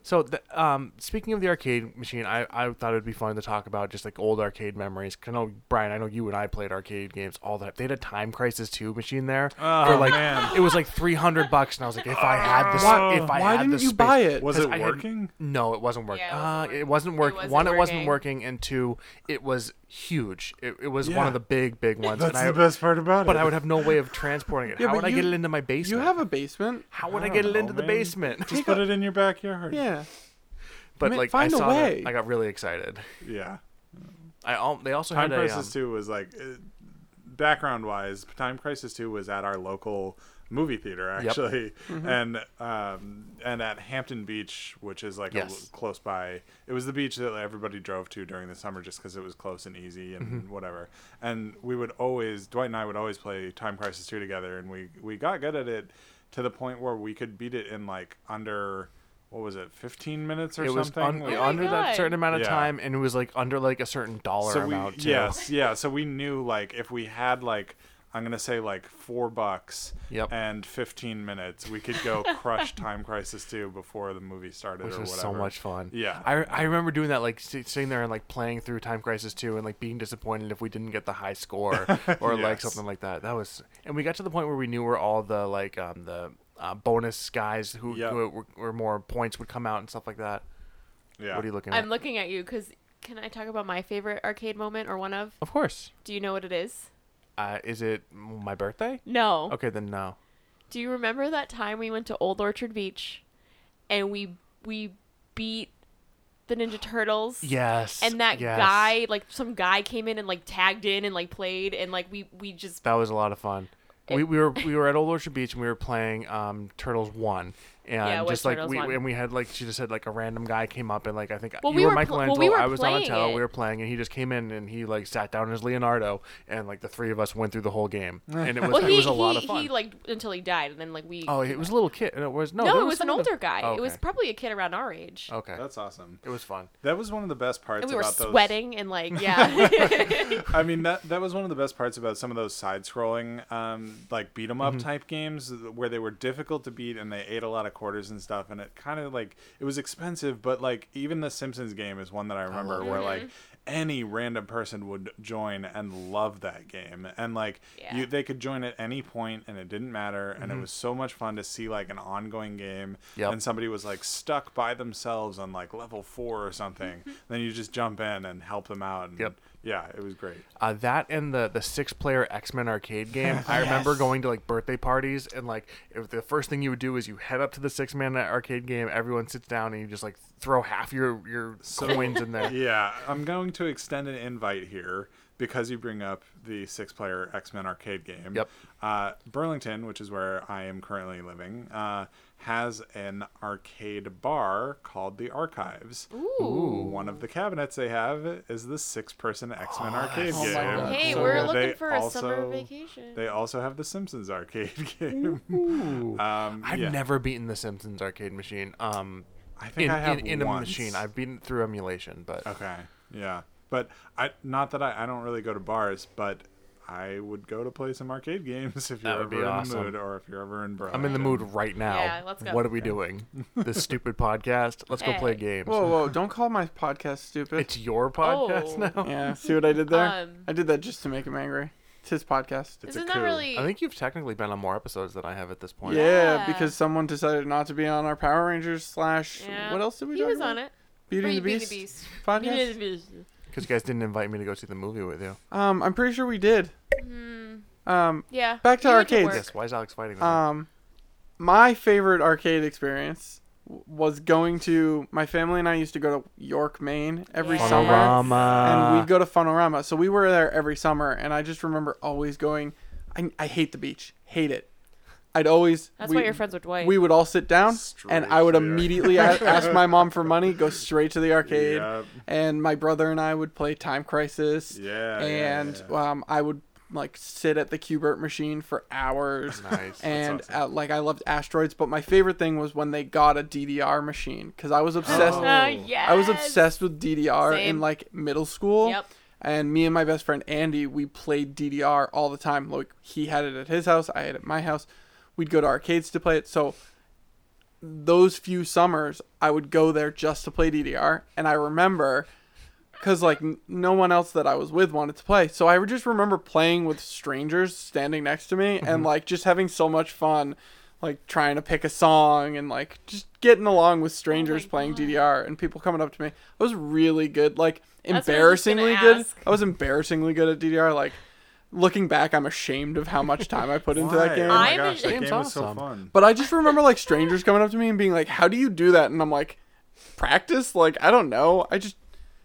So, th- um, speaking of the arcade machine, I, I thought it'd be fun to talk about just like old arcade memories. 'Cause I know Brian, I know you and I played arcade games all the time. They had a Time Crisis Two machine there. Oh, for like man. it was like three hundred bucks, and I was like, if I had this, Why- if I Why had didn't this you space- buy it? Was 'cause it I had- working? no, it wasn't working. Yeah, uh, it wasn't working. wasn't One, it wasn't working. working, and two, it was huge. It, it was one Yeah. of the big, big ones. That's and I, the best part about But it. I would have no way of transporting it. Yeah, How but would I you- get it into my You basement? have a basement. How would I, I get don't it know, into the man. basement? just put it in your backyard. Yeah. But Ma- like, find I a saw that- way. I got really excited. yeah. I al- they also Time had a, um, Crisis Two was like, uh, background wise, Time Crisis Two was at our local movie theater actually, and um, and at Hampton Beach, which is like Yes. a, close by. It was the beach that everybody drove to during the summer just because it was close and easy and Mm-hmm. whatever. And we would always Dwight and I would always play Time Crisis Two together, and we we got good at it to the point where we could beat it in like under. What was it? Fifteen minutes or um, it was something? un- Like- my under that God. certain amount of Yeah. time, and it was like under like a certain dollar so we, amount too. yes yeah so we knew like if we had like i'm gonna say like four bucks Yep. and 15 minutes we could go crush time crisis 2 before the movie started Which or was whatever so much fun. Yeah. I, I remember doing that, like sit- sitting there and like playing through Time Crisis 2 and like being disappointed if we didn't get the high score or like Yes. something like that. That was, and we got to the point where we knew where all the like um, the uh, bonus guys who, Yep. who were, were more points would come out and stuff like that. yeah What are you looking at? I'm looking at you because can I talk about my favorite arcade moment or one of? of course. Do you know what it is? Uh, is it my birthday? No. Okay, then no. Do you remember that time we went to Old Orchard Beach, and we we beat the Ninja Turtles? Yes. and that yes. guy like some guy came in and like tagged in and like played and like we we just That was a lot of fun. We, we were we were at Old Orchard Beach and we were playing um, Turtles One, And Yeah, Witch just like Turtles we one. and we had like she just said like a random guy came up and like I think Well, you we were, were pl- well, Michelangelo, we were I was playing Donatello, it. we were playing, and he just came in and he like sat down as Leonardo, and like the three of us went through the whole game, and it was Well, it he was a he, lot of fun. he like until he died, and then like we. oh, it was a little kid, and it was no, no, there it was an someone- older guy. Oh, It was okay. Oh, probably a kid around our age. okay. That's awesome. it was fun. That was one of the best parts and we were about those. sweating and like yeah. I mean that that was one of the best parts about some of those side-scrolling, um, like beat 'em up Mm-hmm. type games where they were difficult to beat and they ate a lot of quarters and stuff. And it kind of like it was expensive, but like even the Simpsons game is one that I remember love where like any random person would join and love that game, and like Yeah. you they could join at any point and it didn't matter, and it was so much fun to see like an ongoing game. Mm-hmm. Yep. And somebody was like stuck by themselves on like level four or something, Mm-hmm. then you just jump in and help them out. And, Yep. Yeah, it was great. Uh, that and the the six player X Men arcade game. I remember going to like birthday parties and like if the first thing you would do is you head up to the six man arcade game. Everyone sits down and you just like throw half your your coins in there. Yeah, I'm going to extend an invite here because you bring up the six player X Men arcade game. Yep. Uh, Burlington, which is where I am currently living, uh, has an arcade bar called the Archives. Ooh. One of the cabinets they have is the six person X Men arcade that's so game. cool. Hey, So we're they looking for a summer also- vacation. They also have the Simpsons arcade game. Ooh. Um, I've yeah. never beaten the Simpsons arcade machine. Um, I think in, I have in, in a once. machine, I've beaten it through emulation, but Okay. Yeah. But I not that I, I don't really go to bars, but I would go to play some arcade games if you're That ever would be in awesome. the mood or if you're ever in Burlington. I'm in the mood right now. Yeah, let's go. What are we doing? this stupid podcast. Let's go play Hey. games. Whoa, whoa! Don't call my podcast stupid. It's your podcast Oh. now. yeah, see what I did there? Um, I did that just to make him angry. It's his podcast. It's Isn't a that coup. really? I think you've technically been on more episodes than I have at this point. Yeah, Yeah. because someone decided not to be on our Power Rangers slash Yeah. what else did we he talk was about? on it. Beauty Or and the Beauty Beast, Beauty and podcast. the Beast. Because you guys didn't invite me to go see the movie with you. Um, I'm pretty sure we did. Hmm. Um, Yeah. Back to You went arcades. work. Yes, why is Alex fighting me? um, my favorite arcade experience w- was going to my family and I used to go to York, Maine every Yeah. summer. and Funorama. we'd go to Funorama. So we were there every summer, and I just remember always going. I, I hate the beach, hate it. I'd always. That's we, why you're friends with Dwight. Oh, We would all sit down, Straight and I would to the immediately a- ask my mom for money, go straight to the arcade, Yep. and my brother and I would play Time Crisis, Yeah. yeah, and yeah. Um, I would like sit at the Cubert machine for hours. nice. And awesome. uh, like I loved asteroids, but my favorite thing was when they got a DDR machine because I was obsessed. Oh. Uh, yes. I was obsessed with DDR in Same. like middle school. Yep. And me and my best friend Andy, we played DDR all the time. Like he had it at his house, I had it at my house. We'd go to arcades to play it. So those few summers, I would go there just to play DDR, and I remember because like n- no one else that I was with wanted to play. So I would just remember playing with strangers standing next to me and like just having so much fun, like trying to pick a song and like just getting along with strangers playing Oh God. DDR and people coming up to me. I was really good, like That's what I was just gonna embarrassingly good. ask. I was embarrassingly good at DDR. Like looking back, I'm ashamed of how much time I put into that Why? game. Oh my I'm gosh, that ashamed. game was so Awesome. fun. But I just remember like strangers coming up to me and being like, "How do you do that?" And I'm like, "Practice." Like I don't know. I just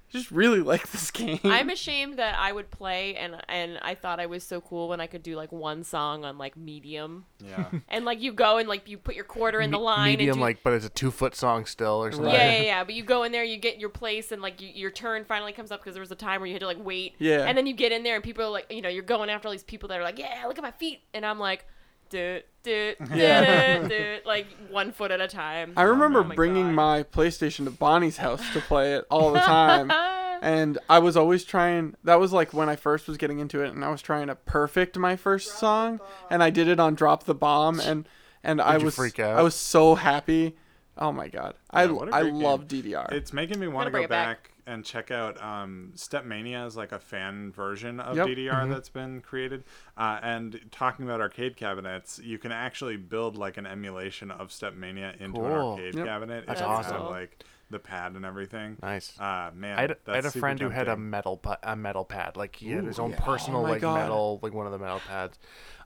just really like this game. I'm ashamed that I would play and and I thought I was so cool when I could do like one song on like medium. Yeah. And like you go and like you put your quarter in the Me- line Medium, and do, like, but it's a two foot song still or something. yeah, yeah, yeah. But you go in there, you get your place, and like you, your turn finally comes up because there was a time where you had to like wait. Yeah. And then you get in there, and people are like, you know, you're going after all these people that are like, yeah, look at my feet, and I'm like, do do do do, like one foot at a time. I remember Oh my bringing God. my PlayStation to Bonnie's house to play it all the time. Uh, and I was always trying that was like when I first was getting into it and I was trying to perfect my first song and I did it on Drop the Bomb and and I you was freak out? I was so happy. Oh my god. I Yeah, what a I great game. love DDR. It's making me want to Gotta bring go it back. back, and check out um, Stepmania is like a fan version of Yep. DDR Mm-hmm. that's been created. Uh, and talking about arcade cabinets, you can actually build like an emulation of Stepmania into an Cool. arcade Yep. cabinet. That's if you have, awesome. like the pad and everything. Nice. Uh, man, I had, I that's had a super friend who had a tempting. metal pa- a metal pad. Like he had his own yeah. personal Oh my like God. metal like one of the metal pads.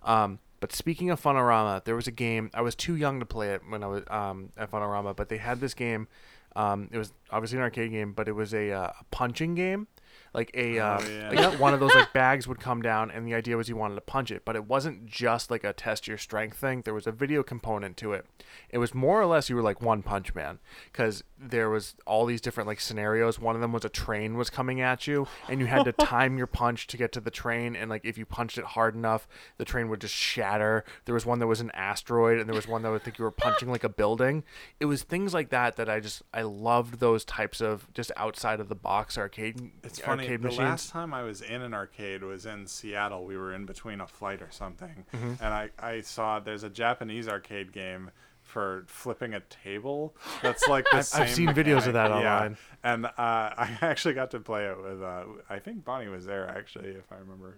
Um, but speaking of Funorama, there was a game I was too young to play it when I was um, at Funorama, but they had this game. Um, it was obviously an arcade game, but it was a, uh, a punching game. like a uh, Oh, yeah. like that one of those like bags would come down, and the idea was you wanted to punch it, but it wasn't just like a test your strength thing. There was a video component to it. It was more or less you were like One Punch Man because there was all these different like scenarios. One of them was a train was coming at you, and you had to time your punch to get to the train, and like if you punched it hard enough, the train would just shatter. There was one that was an asteroid, and there was one that I think you were punching like a building. It was things like that that I just I loved those types of just outside of the box arcade It's funny. arcade the machines. last time I was in an arcade was in Seattle. We were in between a flight or something, Mm-hmm. and I, I saw there's a Japanese arcade game for flipping a table. That's like the I've- I've same seen videos of that mechanic. Yeah. online. And uh, I actually got to play it with. Uh, I think Bonnie was there actually, if I remember.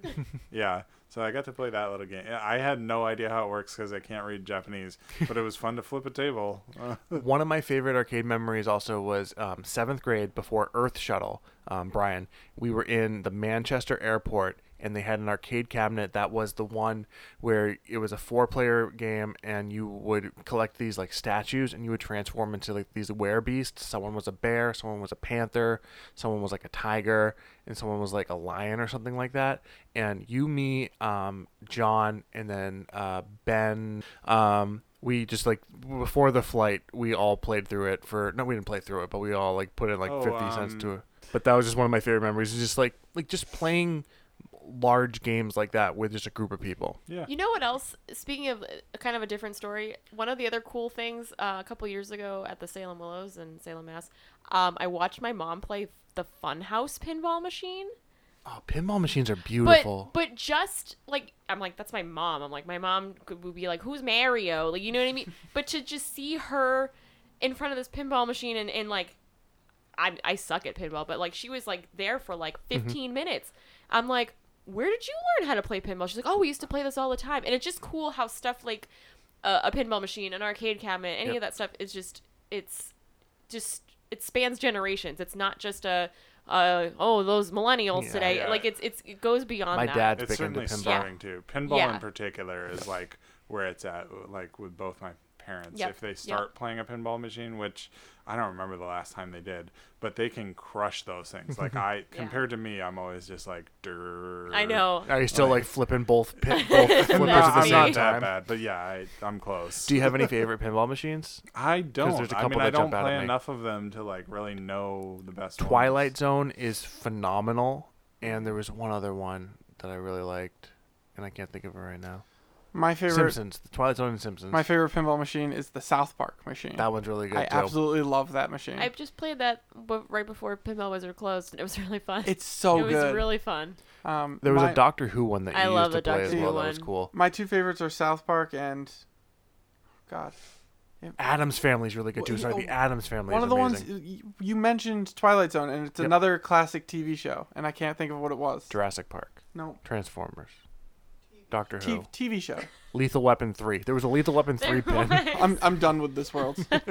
yeah. So I got to play that little game. I had no idea how it works because I can't read Japanese, but it was fun to flip a table. One of my favorite arcade memories also was um, seventh grade before Earth Shuttle. Um, Brian, we were in the Manchester airport and they had an arcade cabinet that was the one where it was a four player game and you would collect these like statues and you would transform into like these were beasts. Someone was a bear, someone was a panther, someone was like a tiger, and someone was like a lion or something like that. And you, me, um, John, and then uh, Ben. Um, we just like before the flight we all played through it for no we didn't play through it but we all like put in like Oh, 50 cents um, to it but that was just one of my favorite memories is just like like just playing large games like that with just a group of people yeah. You know what else? Speaking of uh, kind of a different story, one of the other cool things uh, a couple years ago at the Salem Willows in Salem, Mass, um, I watched my mom play the Funhouse pinball machine. oh pinball machines are beautiful But but just like I'm like that's my mom. I'm like my mom could- would be like who's Mario? Like you know what I mean? but to just see her in front of this pinball machine and, and like I I suck at pinball, but like she was like there for like Mm-hmm. 15 minutes. I'm like where did you learn how to play pinball? She's like oh we used to play this all the time. And it's just cool how stuff like a, a pinball machine, an arcade cabinet, any Yep. of that stuff is just it's just it spans generations. It's not just a uh, oh, those millennials Yeah, today. yeah. Like it's it's it goes beyond my that. dad's it's big certainly into pinball starting to. Pinball Yeah. in particular is like where it's at, like with both my parents. Yep, If they yep. start playing a pinball machine, which I don't remember the last time they did, but they can crush those things. Like I, compared to me, I'm always just like, "Durr." I know. are you still like flipping both pin, both flippers I'm Flippers not, at the I'm not same that time bad, but yeah, I, I'm close. do you have any favorite pinball machines I don't. there's a I couple mean, I that don't jump out at play me. enough of them to like really know the best. ones. twilight zone is phenomenal and there was one other one that i really liked and i can't think of it right now My favorite simpsons the twilight zone and simpsons my favorite pinball machine is the South Park machine. that one's really good I too absolutely love that machine. I just played that w- right before Pinball Wizard closed, and it was really fun. it's so it was good. really fun. um, There was my, a Doctor Who one that you I used love to the play Doctor as Who well. That was one. cool. My two favorites are South Park and God, Adam's Family's really good too. Well, Sorry, you the know, Adam's Family. one is of the amazing. ones y- you mentioned Twilight Zone, and it's Yep. another classic TV show, and I can't think of what it was. Jurassic Park, no, Transformers, Doctor T- Who, TV show. Lethal Weapon three. There was a Lethal Weapon three pin. I'm I'm done with this world. but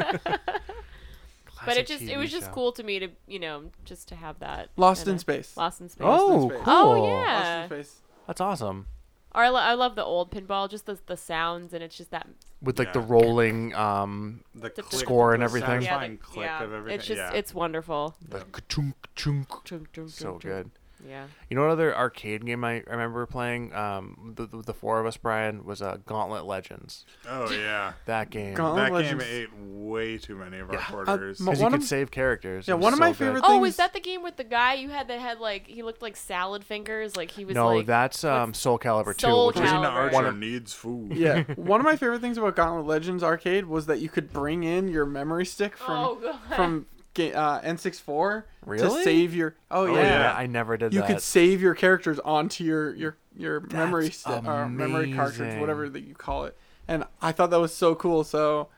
Classic it just TV it was just show. cool to me to you know just to have that. Lost and in a- Space. Lost in space. Oh, Lost cool. in Space. Lost in yeah. Space. That's awesome. Or I, lo- I love the old pinball, just the the sounds, and it's just that. With like the Yeah. rolling, um, The Dip, dip, click- Score and the everything. Yeah, satisfying the- click yeah, of everything. It's just yeah. it's wonderful. the chunk chunk. Chunk, chunk, So chunk, chunk. good. Yeah. You know what other arcade game I remember playing? Um, the, the, the four of us, Brian, was uh, Gauntlet Legends. oh yeah. That game. Gauntlet- That game Legends. ate way too many of our Yeah. Uh, quarters. mo- Because you One could of- save characters. Yeah, It was one of my so good. favorite Oh, things- was that the game with the guy you had that had like he looked like salad fingers? Like he was No, like that's um, Soul Calibur 2, Soul which was Christina Caliber. Archer One of- needs food. Yeah. One of my favorite things about Gauntlet Legends Arcade was that you could bring in your memory stick from Oh, God. from ga- uh, N64 Really? to save your. Oh, Oh, yeah. yeah. I never did You that. could save your characters onto your your your memory That's stick or memory cartridge, amazing. whatever that you call it. And I thought that was so cool. So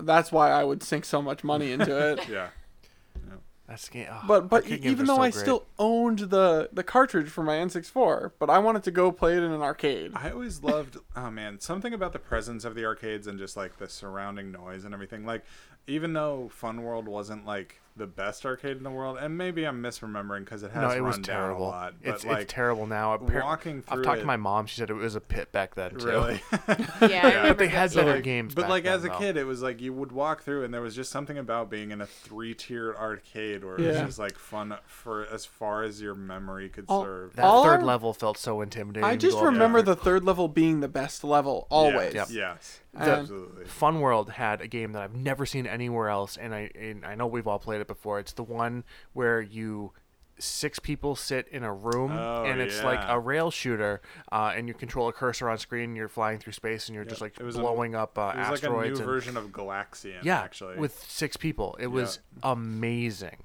that's why I would sink so much money into it. Yeah. That's ga- oh, But but arcade games even are though so I great. still owned the the cartridge for my N64, but I wanted to go play it in an arcade. I always loved, oh man, something about the presence of the arcades and just like the surrounding noise and everything. Like, even though Fun World wasn't like the best arcade in the world, and maybe I'm misremembering because it has No, it run was down terrible. a lot. But it's, like it's terrible now. Appar- walking I've through talked to it- my mom. She said it was a pit back then too. really. Yeah, I but remember they had that better game. games. But back like then, as a though. kid, it was like you would walk through, and there was just something about being in a three-tiered arcade where it was Yeah. just like fun for as far as your memory could Oh, serve. that All third I- level felt so intimidating. I to just go up remember there. the third level being the best level always. Yes, yes, And- absolutely. Fun World had a game that I've never seen anywhere else, and I and I know we've all played it before. It's the one where you six people sit in a room Oh, and it's like yeah. a rail shooter uh, and you control a cursor on screen and you're flying through space and you're just like it was a- blowing up uh, It was like a asteroids new and- version of Galaxian. yeah actually. with six people it was amazing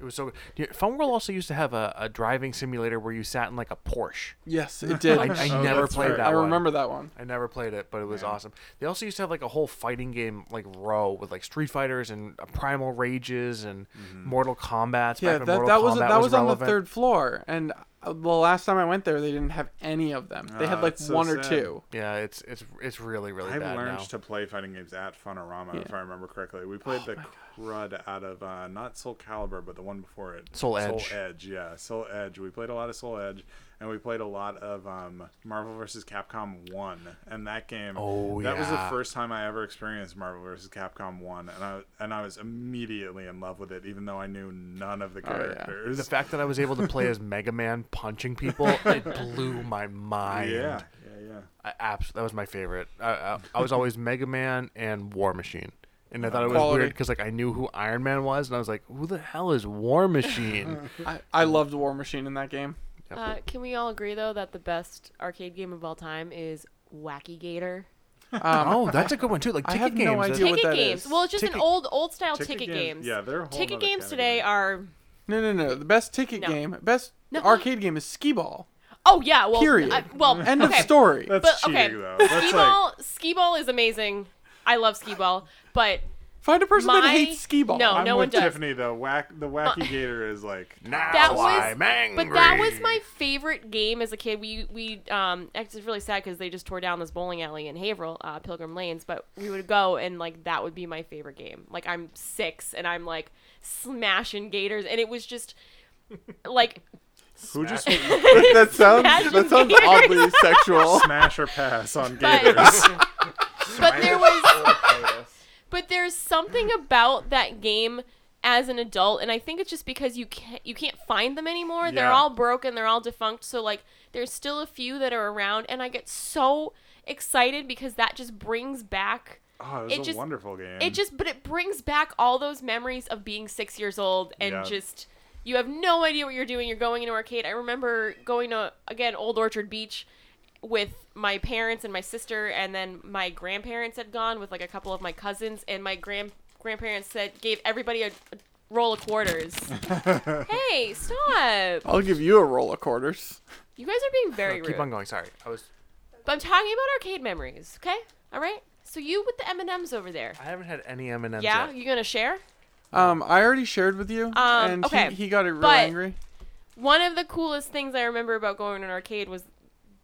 it was so yeah, fun world also used to have a, a driving simulator where you sat in like a porsche Yes, it did. i, I I, Oh, never that's played right. that one remember that one. I never played it, but it was awesome. They also used to have like a whole fighting game like row with like Street Fighters and uh, Primal Rages and Mortal Kombat. Mm-hmm. Yeah, that, that was that was, on the third floor, and uh, the last time I went there, they didn't have any of them. They Ah, had like that's so one or sad. two. Yeah, it's it's it's really really I bad learned now. to play fighting games at Funorama, if I remember correctly. We played Oh the crud out of uh, not Soul Calibur, but the one before it, Soul Edge. Soul Edge, yeah, Soul Edge. We played a lot of Soul Edge, and we played a lot of um, Marvel vs. Capcom One, and that game. Oh, that was the yeah. first time I ever experienced Marvel vs. Capcom One, and I and I was immediately in love with it, even though I knew none of the yeah. characters. Oh, The fact that I was able to play as Mega Man punching people it blew my mind. yeah, yeah, yeah. I, abs- that was my favorite. I, I, I was always Mega Man and War Machine. And I thought it was Quality. weird because like I knew who Iron Man was, and I was like, "Who the hell is War Machine?" I, I loved War Machine in that game. Uh, can we all agree though that the best arcade game of all time is Wacky Gator? Um, oh, that's a good one too. Like I ticket have no games. idea that's- Do what Ticket that games. is. Well, it's just an Ticket- old old style ticket, games. Yeah, they're a whole ticket nother games category. today are no, no, no. The best ticket No. game, best No. arcade game is skee ball. oh yeah well Period. I- well End okay. of story. That's But cheating okay, though. skee That's like ball skee ball is amazing. I love skee ball, but Find a person My- that hates skee ball. no. I'm one with does. Uh, Tiffany though. Whack the wacky gator is like Now That was- I'm angry. But that was my favorite game as a kid. We we um it's really sad because they just tore down this bowling alley in Haverhill, uh, Pilgrim Lanes. But we would go and like that would be my favorite game. Like I'm six and I'm like smashing gators, and it was just like who just that sounds Imagine that sounds Gators. oddly sexual. smash or pass on But- gators. but there was but there's something about that game as an adult and i think it's just because you can't you can't find them anymore they're Yeah. all broken they're all defunct so like there's still a few that are around and i get so excited because that just brings back oh, it was It a just- wonderful game. it just but it brings back all those memories of being six years old and Yeah. just you have no idea what you're doing you're going into arcade i remember going to again old orchard beach with my parents and my sister and then my grandparents had gone with like a couple of my cousins and my grand grandparents said gave everybody a, a roll of quarters hey stop I'll give you a roll of quarters. you guys are being very rude Keep on going. Sorry, I was. but i'm talking about arcade memories okay all right so you with the m&ms over there I haven't had any M and M's yeah yet. you gonna share Um, I already shared with you, and Um, okay, he, he got it real but- angry. one of the coolest things I remember about going to an arcade was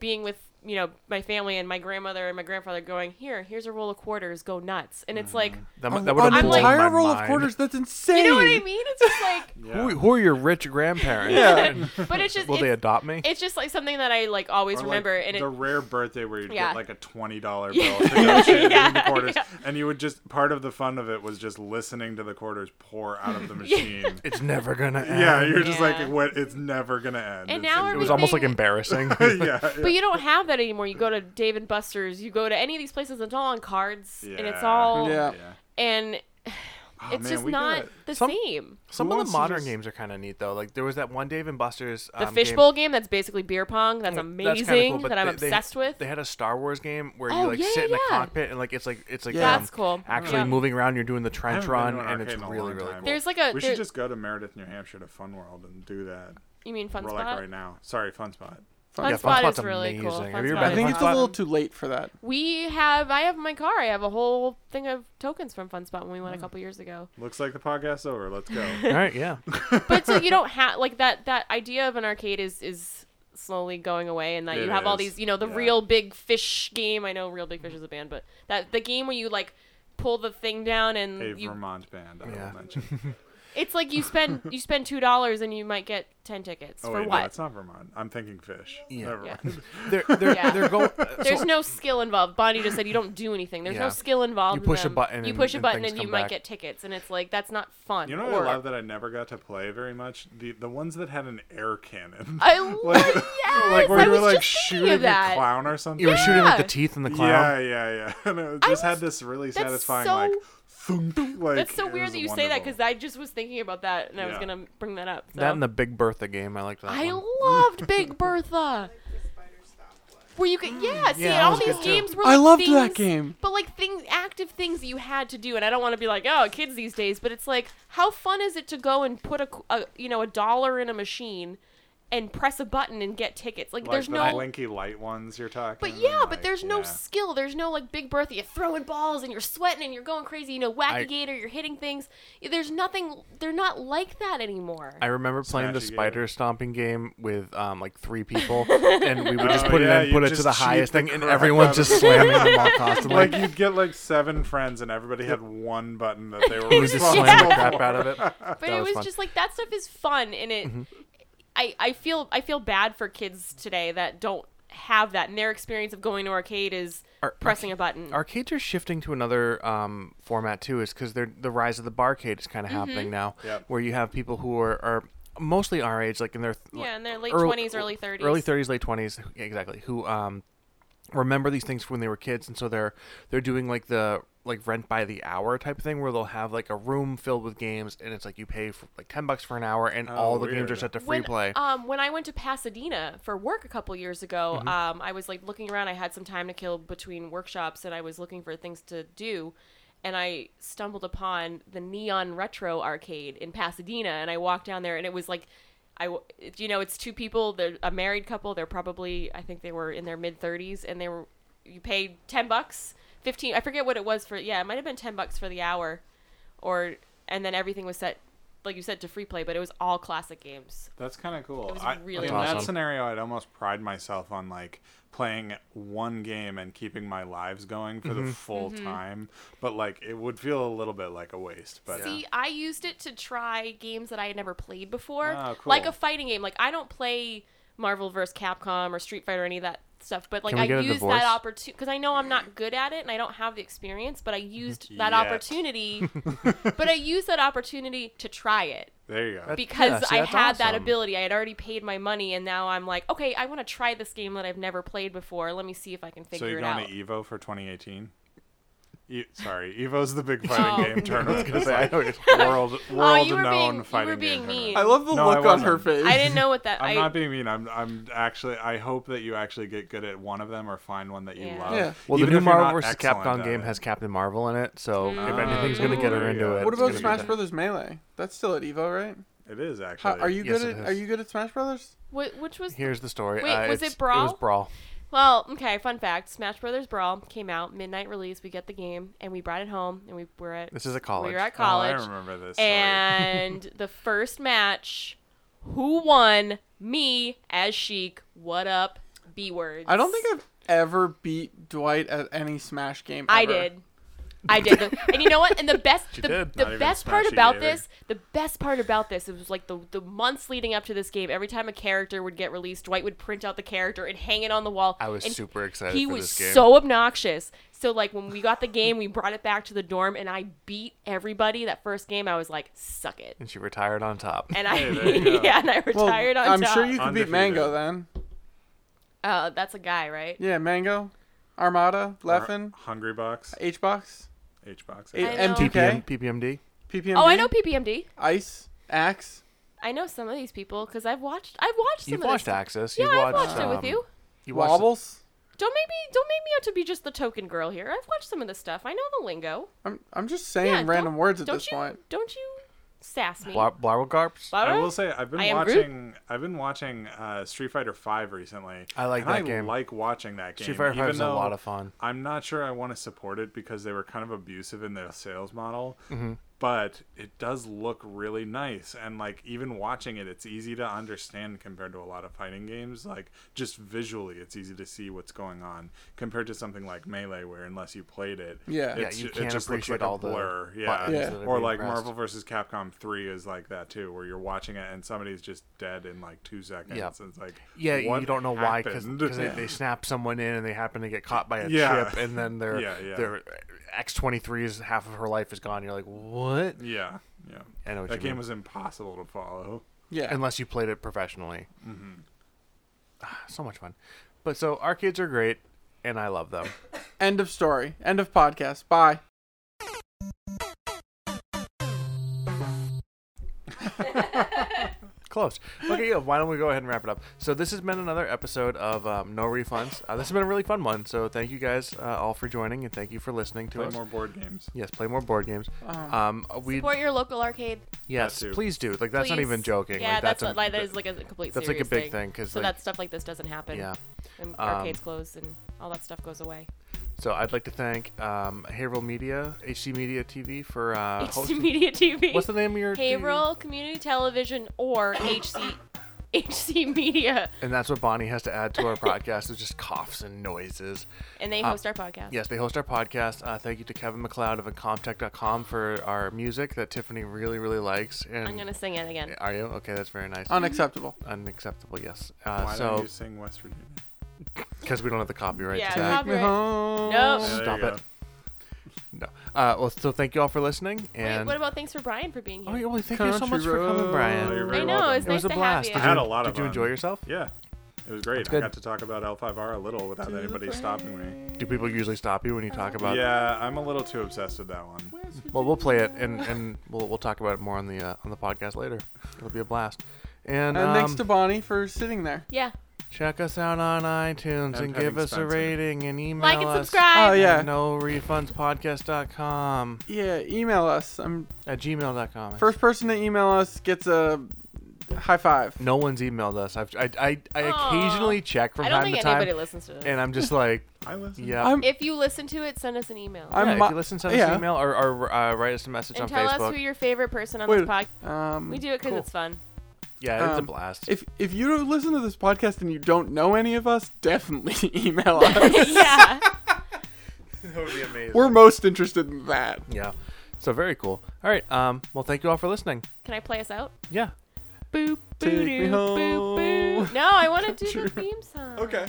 being with you know my family and my grandmother and my grandfather going here here's a roll of quarters go nuts and it's like That, An that would have I'm blown like- my entire roll of mind. quarters. That's insane. you know what I mean it's just like yeah. Who, who are your rich grandparents? Yeah. but it's just Will they it's, adopt me? it's just like something that I like always Or, like, remember and it the rare birthday where you'd Yeah. get like a twenty dollar Yeah. bill to go change into Yeah, quarters, yeah. and you would just part of the fun of it was just listening to the quarters pour out of the machine. it's never gonna end. yeah, you're just Yeah. like, what? It's never gonna end. And It's now It in- was almost like Everything- embarrassing. yeah, yeah. but you don't have that anymore you go to Dave and Buster's you go to any of these places it's all on cards and it's Yeah. all Yeah. Yeah. and Oh, it's man, just we not gotta- the Some- same Some Who of wants the to modern just- games are kind of neat though. Like there was that one Dave and Buster's. the um, game- fishbowl game. that's basically beer pong that's That's amazing kinda cool, but that I'm they- they- obsessed with They had a Star Wars game where you Oh, like yeah, sit in a yeah. cockpit and like it's like it's like Yeah. um, That's cool. Actually Yeah. moving around, you're doing the trench haven't been run, to an and it's arcade in a really long really time. cool. there's like a we there- should just go to Meredith, New Hampshire, to Fun World and do that. you mean fun We're spot like right now. Sorry, Fun Spot. Fun Yeah, Fun Spot Spot's is really cool. amazing. Fun Have you ever been Spot I to is think Fun it's a Spot? little too late for that. We have I have in my car. I have a whole thing of tokens from Fun Spot when we Mm. went a couple years ago. Looks like the podcast's over. Let's go. All right, yeah. But so you don't have like that that idea of an arcade is is slowly going away and that It you have all is. these, you know, the Yeah. real big fish game. I know real big fish is a band, but that the game where you like pull the thing down and A you Vermont band. I Yeah. will mention. It's like you spend you spend two dollars and you might get ten tickets Oh for wait, no, what? it's not Vermont. I'm thinking fish. Yeah. Never Yeah. mind. They're they're, Yeah. they're going. There's no skill involved. Bonnie just said you don't do anything. There's Yeah. no skill involved. You in push a them. button You and- push a and button things and you come might back. get tickets, and it's like that's not fun. You know what or, I love that I never got to play very much? The the ones that had an air cannon. I love Like- yes. like where I you were was like just thinking shooting of that. a clown or something. You were shooting with Yeah. the teeth and the clown. Yeah, yeah, yeah. And it just had was- this really that's satisfying so- like thunk. Like That's so it weird was that you say that because wonderful. I just was thinking about that and I was Yeah. gonna bring that up. So. That and the Big Bertha game. I like that. I one. loved Big Bertha. Where you could, yeah, see, that all was these good too. games were. I Like loved things, that game. But like things, active things that you had to do, and I don't want to be like, oh, kids these days. But it's like, how fun is it to go and put a, qu- a you know, a dollar in a machine, and press a button and get tickets? Like, like there's the no. blinky light ones you're talking. But and, yeah, but like, there's no yeah. skill. There's no like Big Bertha. You're throwing balls and you're sweating and you're going crazy. You know, wacky I- gator. You're hitting things. There's nothing. They're not like that anymore. I remember playing the Smashy game. spider stomping game with um, like three people, and we would just Oh, put yeah, it in, you put it to just the cheat highest the thing, and crap out everyone of just it. slamming the ball constantly. Like you'd get like seven friends and everybody had one button that they were we would just responsible slam the for. crap out of it. That but it was, fun. Mm-hmm. just like that stuff is fun and it I, I feel I feel bad for kids today that don't have that and their experience of going to arcade is Ar- pressing a button. arcades are shifting to another um, format too, is because they're the rise of the barcade is kind of Mm-hmm. happening now, Yep. where you have people who are, are mostly our age, like in their th- yeah, in their late earl- twenties, early thirties. early 30s late 20s yeah, exactly who um remember these things from when they were kids and so they're they're doing like the like rent by the hour type of thing where they'll have like a room filled with games and it's like you pay for like 10 bucks for an hour and Oh, all the games weird. are set to free When, play um, when I went to Pasadena for work a couple years ago, Mm-hmm. um, I was like looking around. I had some time to kill between workshops, and I was looking for things to do, and I stumbled upon the Neon Retro Arcade in Pasadena, and I walked down there, and it was like, I, w- it- you know, it's two people. They're a married couple. They're probably, I think they were in their mid thirties, and they were, you paid ten bucks, fifteen. I forget what it was for. Yeah, it might have been ten bucks for the hour, or and then everything was set. Like you said, to free play, but it was all classic games. That's kind of cool. was I, really in That's that awesome. scenario, I'd almost pride myself on like playing one game and keeping my lives going for Mm-hmm. the full Mm-hmm. time. But like, it would feel a little bit like a waste. But uh, See, I used it to try games that I had never played before, Ah, cool. like a fighting game. Like I don't play Marvel vs. Capcom or Street Fighter or any of that stuff, but like Can we I get a used divorce? that opportunity because I know I'm not good at it and I don't have the experience, but I used Yet. that opportunity. but I used that opportunity to try it there you go. because see, I that's had that awesome. ability. I had already paid my money, and now I'm like, okay, I want to try this game that I've never played before. Let me see if I can So figure you're it going out. to Evo for 2018? E- Sorry, Evo's the big fighting Oh. game tournament. Because I know it's- world world Oh, you were being- known you were fighting being game mean. tournament. I love the No, I look on her wasn't. face. I didn't know what that. I'm I, not being mean. I'm I'm actually I hope that you actually get good at one of them or find one that you Yeah. love. Yeah. well Even the new if you're marvel not vs excellent capcom at game it. has captain marvel in it so if Mm. anything's going to get her Ooh, into yeah. What it What it's about gonna be Smash that. Brothers Melee? That's still at Evo, right? It is actually. How, are you Yes, good it at is. Are you good at Smash Brothers? wh- which was here's the story Wait, Uh, it's- was it it was Brawl? brawl Well, okay, fun fact. Smash Brothers Brawl came out, midnight release, we get the game, and we brought it home and we were at this is a we college were at Oh, I college. remember this. story. and the first match, who won? Me as Sheik. What up? B words. I don't think I've ever beat Dwight at any Smash game. I ever. did. I did, the, and you know what? And the best, the, did. Not the even best part Smashy about either. this, the best part about this, it was like the the months leading up to this game. Every time a character would get released, Dwight would print out the character and hang it on the wall. I was and super excited He for was this game. so obnoxious. So like when we got the game, we brought it back to the dorm, and I beat everybody that first game. I was like, suck it, and she retired on top and I Hey, there you go. yeah, and I Well, retired on I'm top. sure you could beat Undefeated. Mango then. Uh, that's a guy, right? Yeah, Mango, Armada, Leffen, Hungry Box, H Box, H Box. A- I know. M2K, PPM, PPMD. PPMD, Oh, I know PPMD. Ice, Axe. I know some of these people because I've watched. I've watched some You've of watched this. Axis. Yeah, You've I've watched, watched it with um, you. you watched Wobbles. Don't make me don't make me out to be just the token girl here. I've watched some of this stuff. I know the lingo. I'm, I'm just saying Yeah, random don't- words at don't this you, point. Don't you sass me. Bla- Blabblegarps? I will Barbara? say I've been I am Groot. watching I've been watching uh, Street Fighter Five recently. I like and that game. I like watching that game. Street Fighter even Five is a though lot of fun. Mm-hmm. I'm not sure I want to support it because they were kind of abusive in their sales model. but it does look really nice and like even watching it it's easy to understand compared to a lot of fighting games like just visually it's easy to see what's going on compared to something like melee where unless you played it Yeah. it's, Yeah, you ju- can't it just looks appreciate like a all the blur yeah, buttons Yeah. that are or being like pressed. marvel versus capcom 3 is like that too where you're watching it and somebody's just dead in like two seconds Yeah. and it's like Yeah, you what don't know why because happened? they, they snap someone in and they happen to get caught by a Yeah. chip and then their Yeah, yeah. their X twenty three is half of her life is gone. You're like, what? yeah yeah I know what that you game mean. was impossible to follow Yeah. Unless you played it professionally. Mm-hmm. Ah, So much fun, but so arcades are great, and I love them. End of story. End of podcast. Bye. Close. Okay, yeah, why don't we go ahead and wrap it up? So this has been another episode of um, No Refunds. Uh, this has been a really fun one. So thank you guys uh, all for joining and thank you for listening to play us. more Oh. board games Yes, play more board games. Um, Um, we Support your local arcade. yes, That too. please do. Like that's not please. even joking. Yeah, like, that's, a- what- like that is like a complete. that's like a serious big thing, 'cause, so like- that stuff like this doesn't happen. yeah. um, and arcades close and all that stuff goes away. So I'd like to thank um, Haverhill Media, HC Media TV for uh, HC hosting. Media TV. What's the name of your? Haverhill Community Television or HC HC Media, And that's what Bonnie has to add to our podcast is just coughs and noises. and they Uh, host our podcast. Yes, they host our podcast. Uh, thank you to Kevin McLeod of Incomptech.com for our music that Tiffany really, really likes. And I'm gonna sing it again. Are you okay? That's very nice. Unacceptable. Unacceptable. Yes. Uh, why don't so you sing west virginia because we don't have the copyright Yeah, to that. Copyright. home. Yeah, No. there Stop you it. go. No. Uh, well, so thank you all for listening. Wait, And what about thanks for Brian for being oh, here? yeah, well, thank you so Country much for coming, road. Brian. Oh, you're I very know welcome. it was it nice was a to blast. have Did you. I had you- a lot of Did you fun. enjoy yourself? Yeah. It was great. I good. got to talk about L5R a little without anybody stopping me. Do people usually stop you when you talk about? Yeah, I'm a little too obsessed with that one. Well, we'll play it and and we'll we'll talk about it more on the uh, on the podcast later. It'll be a blast. And, And thanks um, Uh, to Bonnie for sitting there. Yeah, check us out on And iTunes having and give us a Spencer. rating and email like and us. subscribe. Oh, yeah. at norefundspodcast.com Yeah, email us. I'm at gmail.com. first person to email us gets a high five. No one's emailed us. I've, I, I, I Aw. occasionally check from I don't time think to anybody time, listens to this. and I'm just like, I listen. yeah. I'm- if you listen to it, send us an email I'm yeah, mo- if you listen, send us yeah. an email or, or uh, write us a message and on tell Facebook. us who your favorite person on Wait. this podcast. Um, We do it because cool. it's fun. yeah, it's a um, blast. If if you don't listen to this podcast and you don't know any of us, definitely email us. yeah. that would be amazing. We're most interested in that. yeah. So very cool. All right. Um. Well, thank you all for listening. Can I play us out? Yeah. Boop, Take boo, me doo, boop, home. boo. No, I want to do Sure. the theme song. Okay.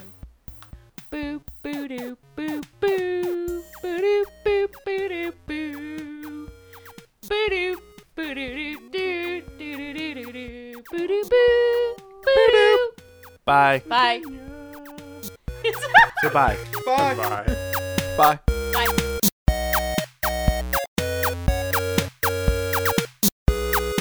Boop, boo, doo, boop, boo. Boo, doo, boop, boo, doo, boo. Boo, doo, boo, doo, doo, doo, doo, doo, doo, doo, doo. Boo, doo, boo. Boo, doo. Bye. Bye. Goodbye. Bye. Bye. Bye. Bye.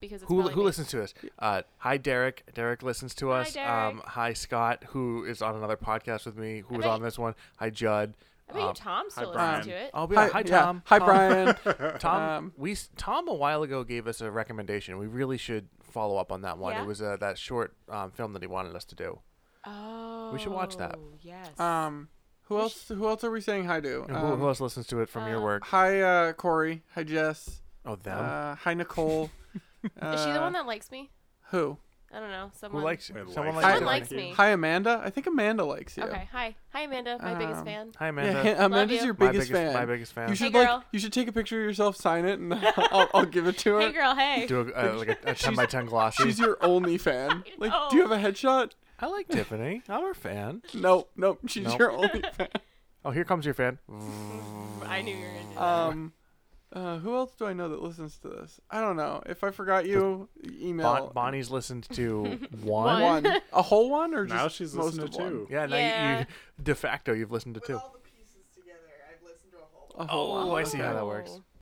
Because it's Who, Melly who Maker. listens to us? Uh, hi, Derek. Derek listens to Hi, us. Derek. Um, hi, Scott, who is on another podcast with me, who was bet- on this one. Hi, Judd. I bet you Um, Tom still Brian. listens to it. Oh, yeah. Hi, Tom. Hi, Tom. Brian. Tom, Um, we s- Tom a while ago gave us a recommendation. We really should follow up on that one. Yeah? It was uh, that short um, film that he wanted us to do. Oh, We should watch that. Yes. um, who else? Who else are we saying hi to? And who, who Um, else listens to it from your uh, work? hi, uh, Corey. Hi, Jess. Oh, them. Uh, hi, Nicole. Is she the Uh, one that likes me? Who? I don't know. Someone. who likes you? Wait, Someone likes likes, Someone you. likes me. Hi, Amanda. I think Amanda likes you. Okay. Hi. Hi, Amanda. My biggest Um, fan. Hi, Amanda. Yeah, Ha- Amanda's you. your my biggest, fan. My biggest fan. You should like girl. you should take a picture of yourself, sign it, and I'll, I'll give it to her. Hey, girl. Hey. do a, uh, like a, a ten by ten glossy. She's your only fan. I Like, do you know. have a headshot? I like Tiffany. I'm her fan. No, no, she's Nope. your only fan. Oh, here comes your fan. I knew you were gonna do that. Um, uh, who else do I know that listens to this? I don't know. If I forgot you, email Bon- Bonnie's listened to one. One. one, a whole one, or just Now she's most listening to of one? two. Yeah, now You, Yeah. you de facto you've listened to two. all the pieces together, I've listened to a whole A whole Oh, one. I see how that works.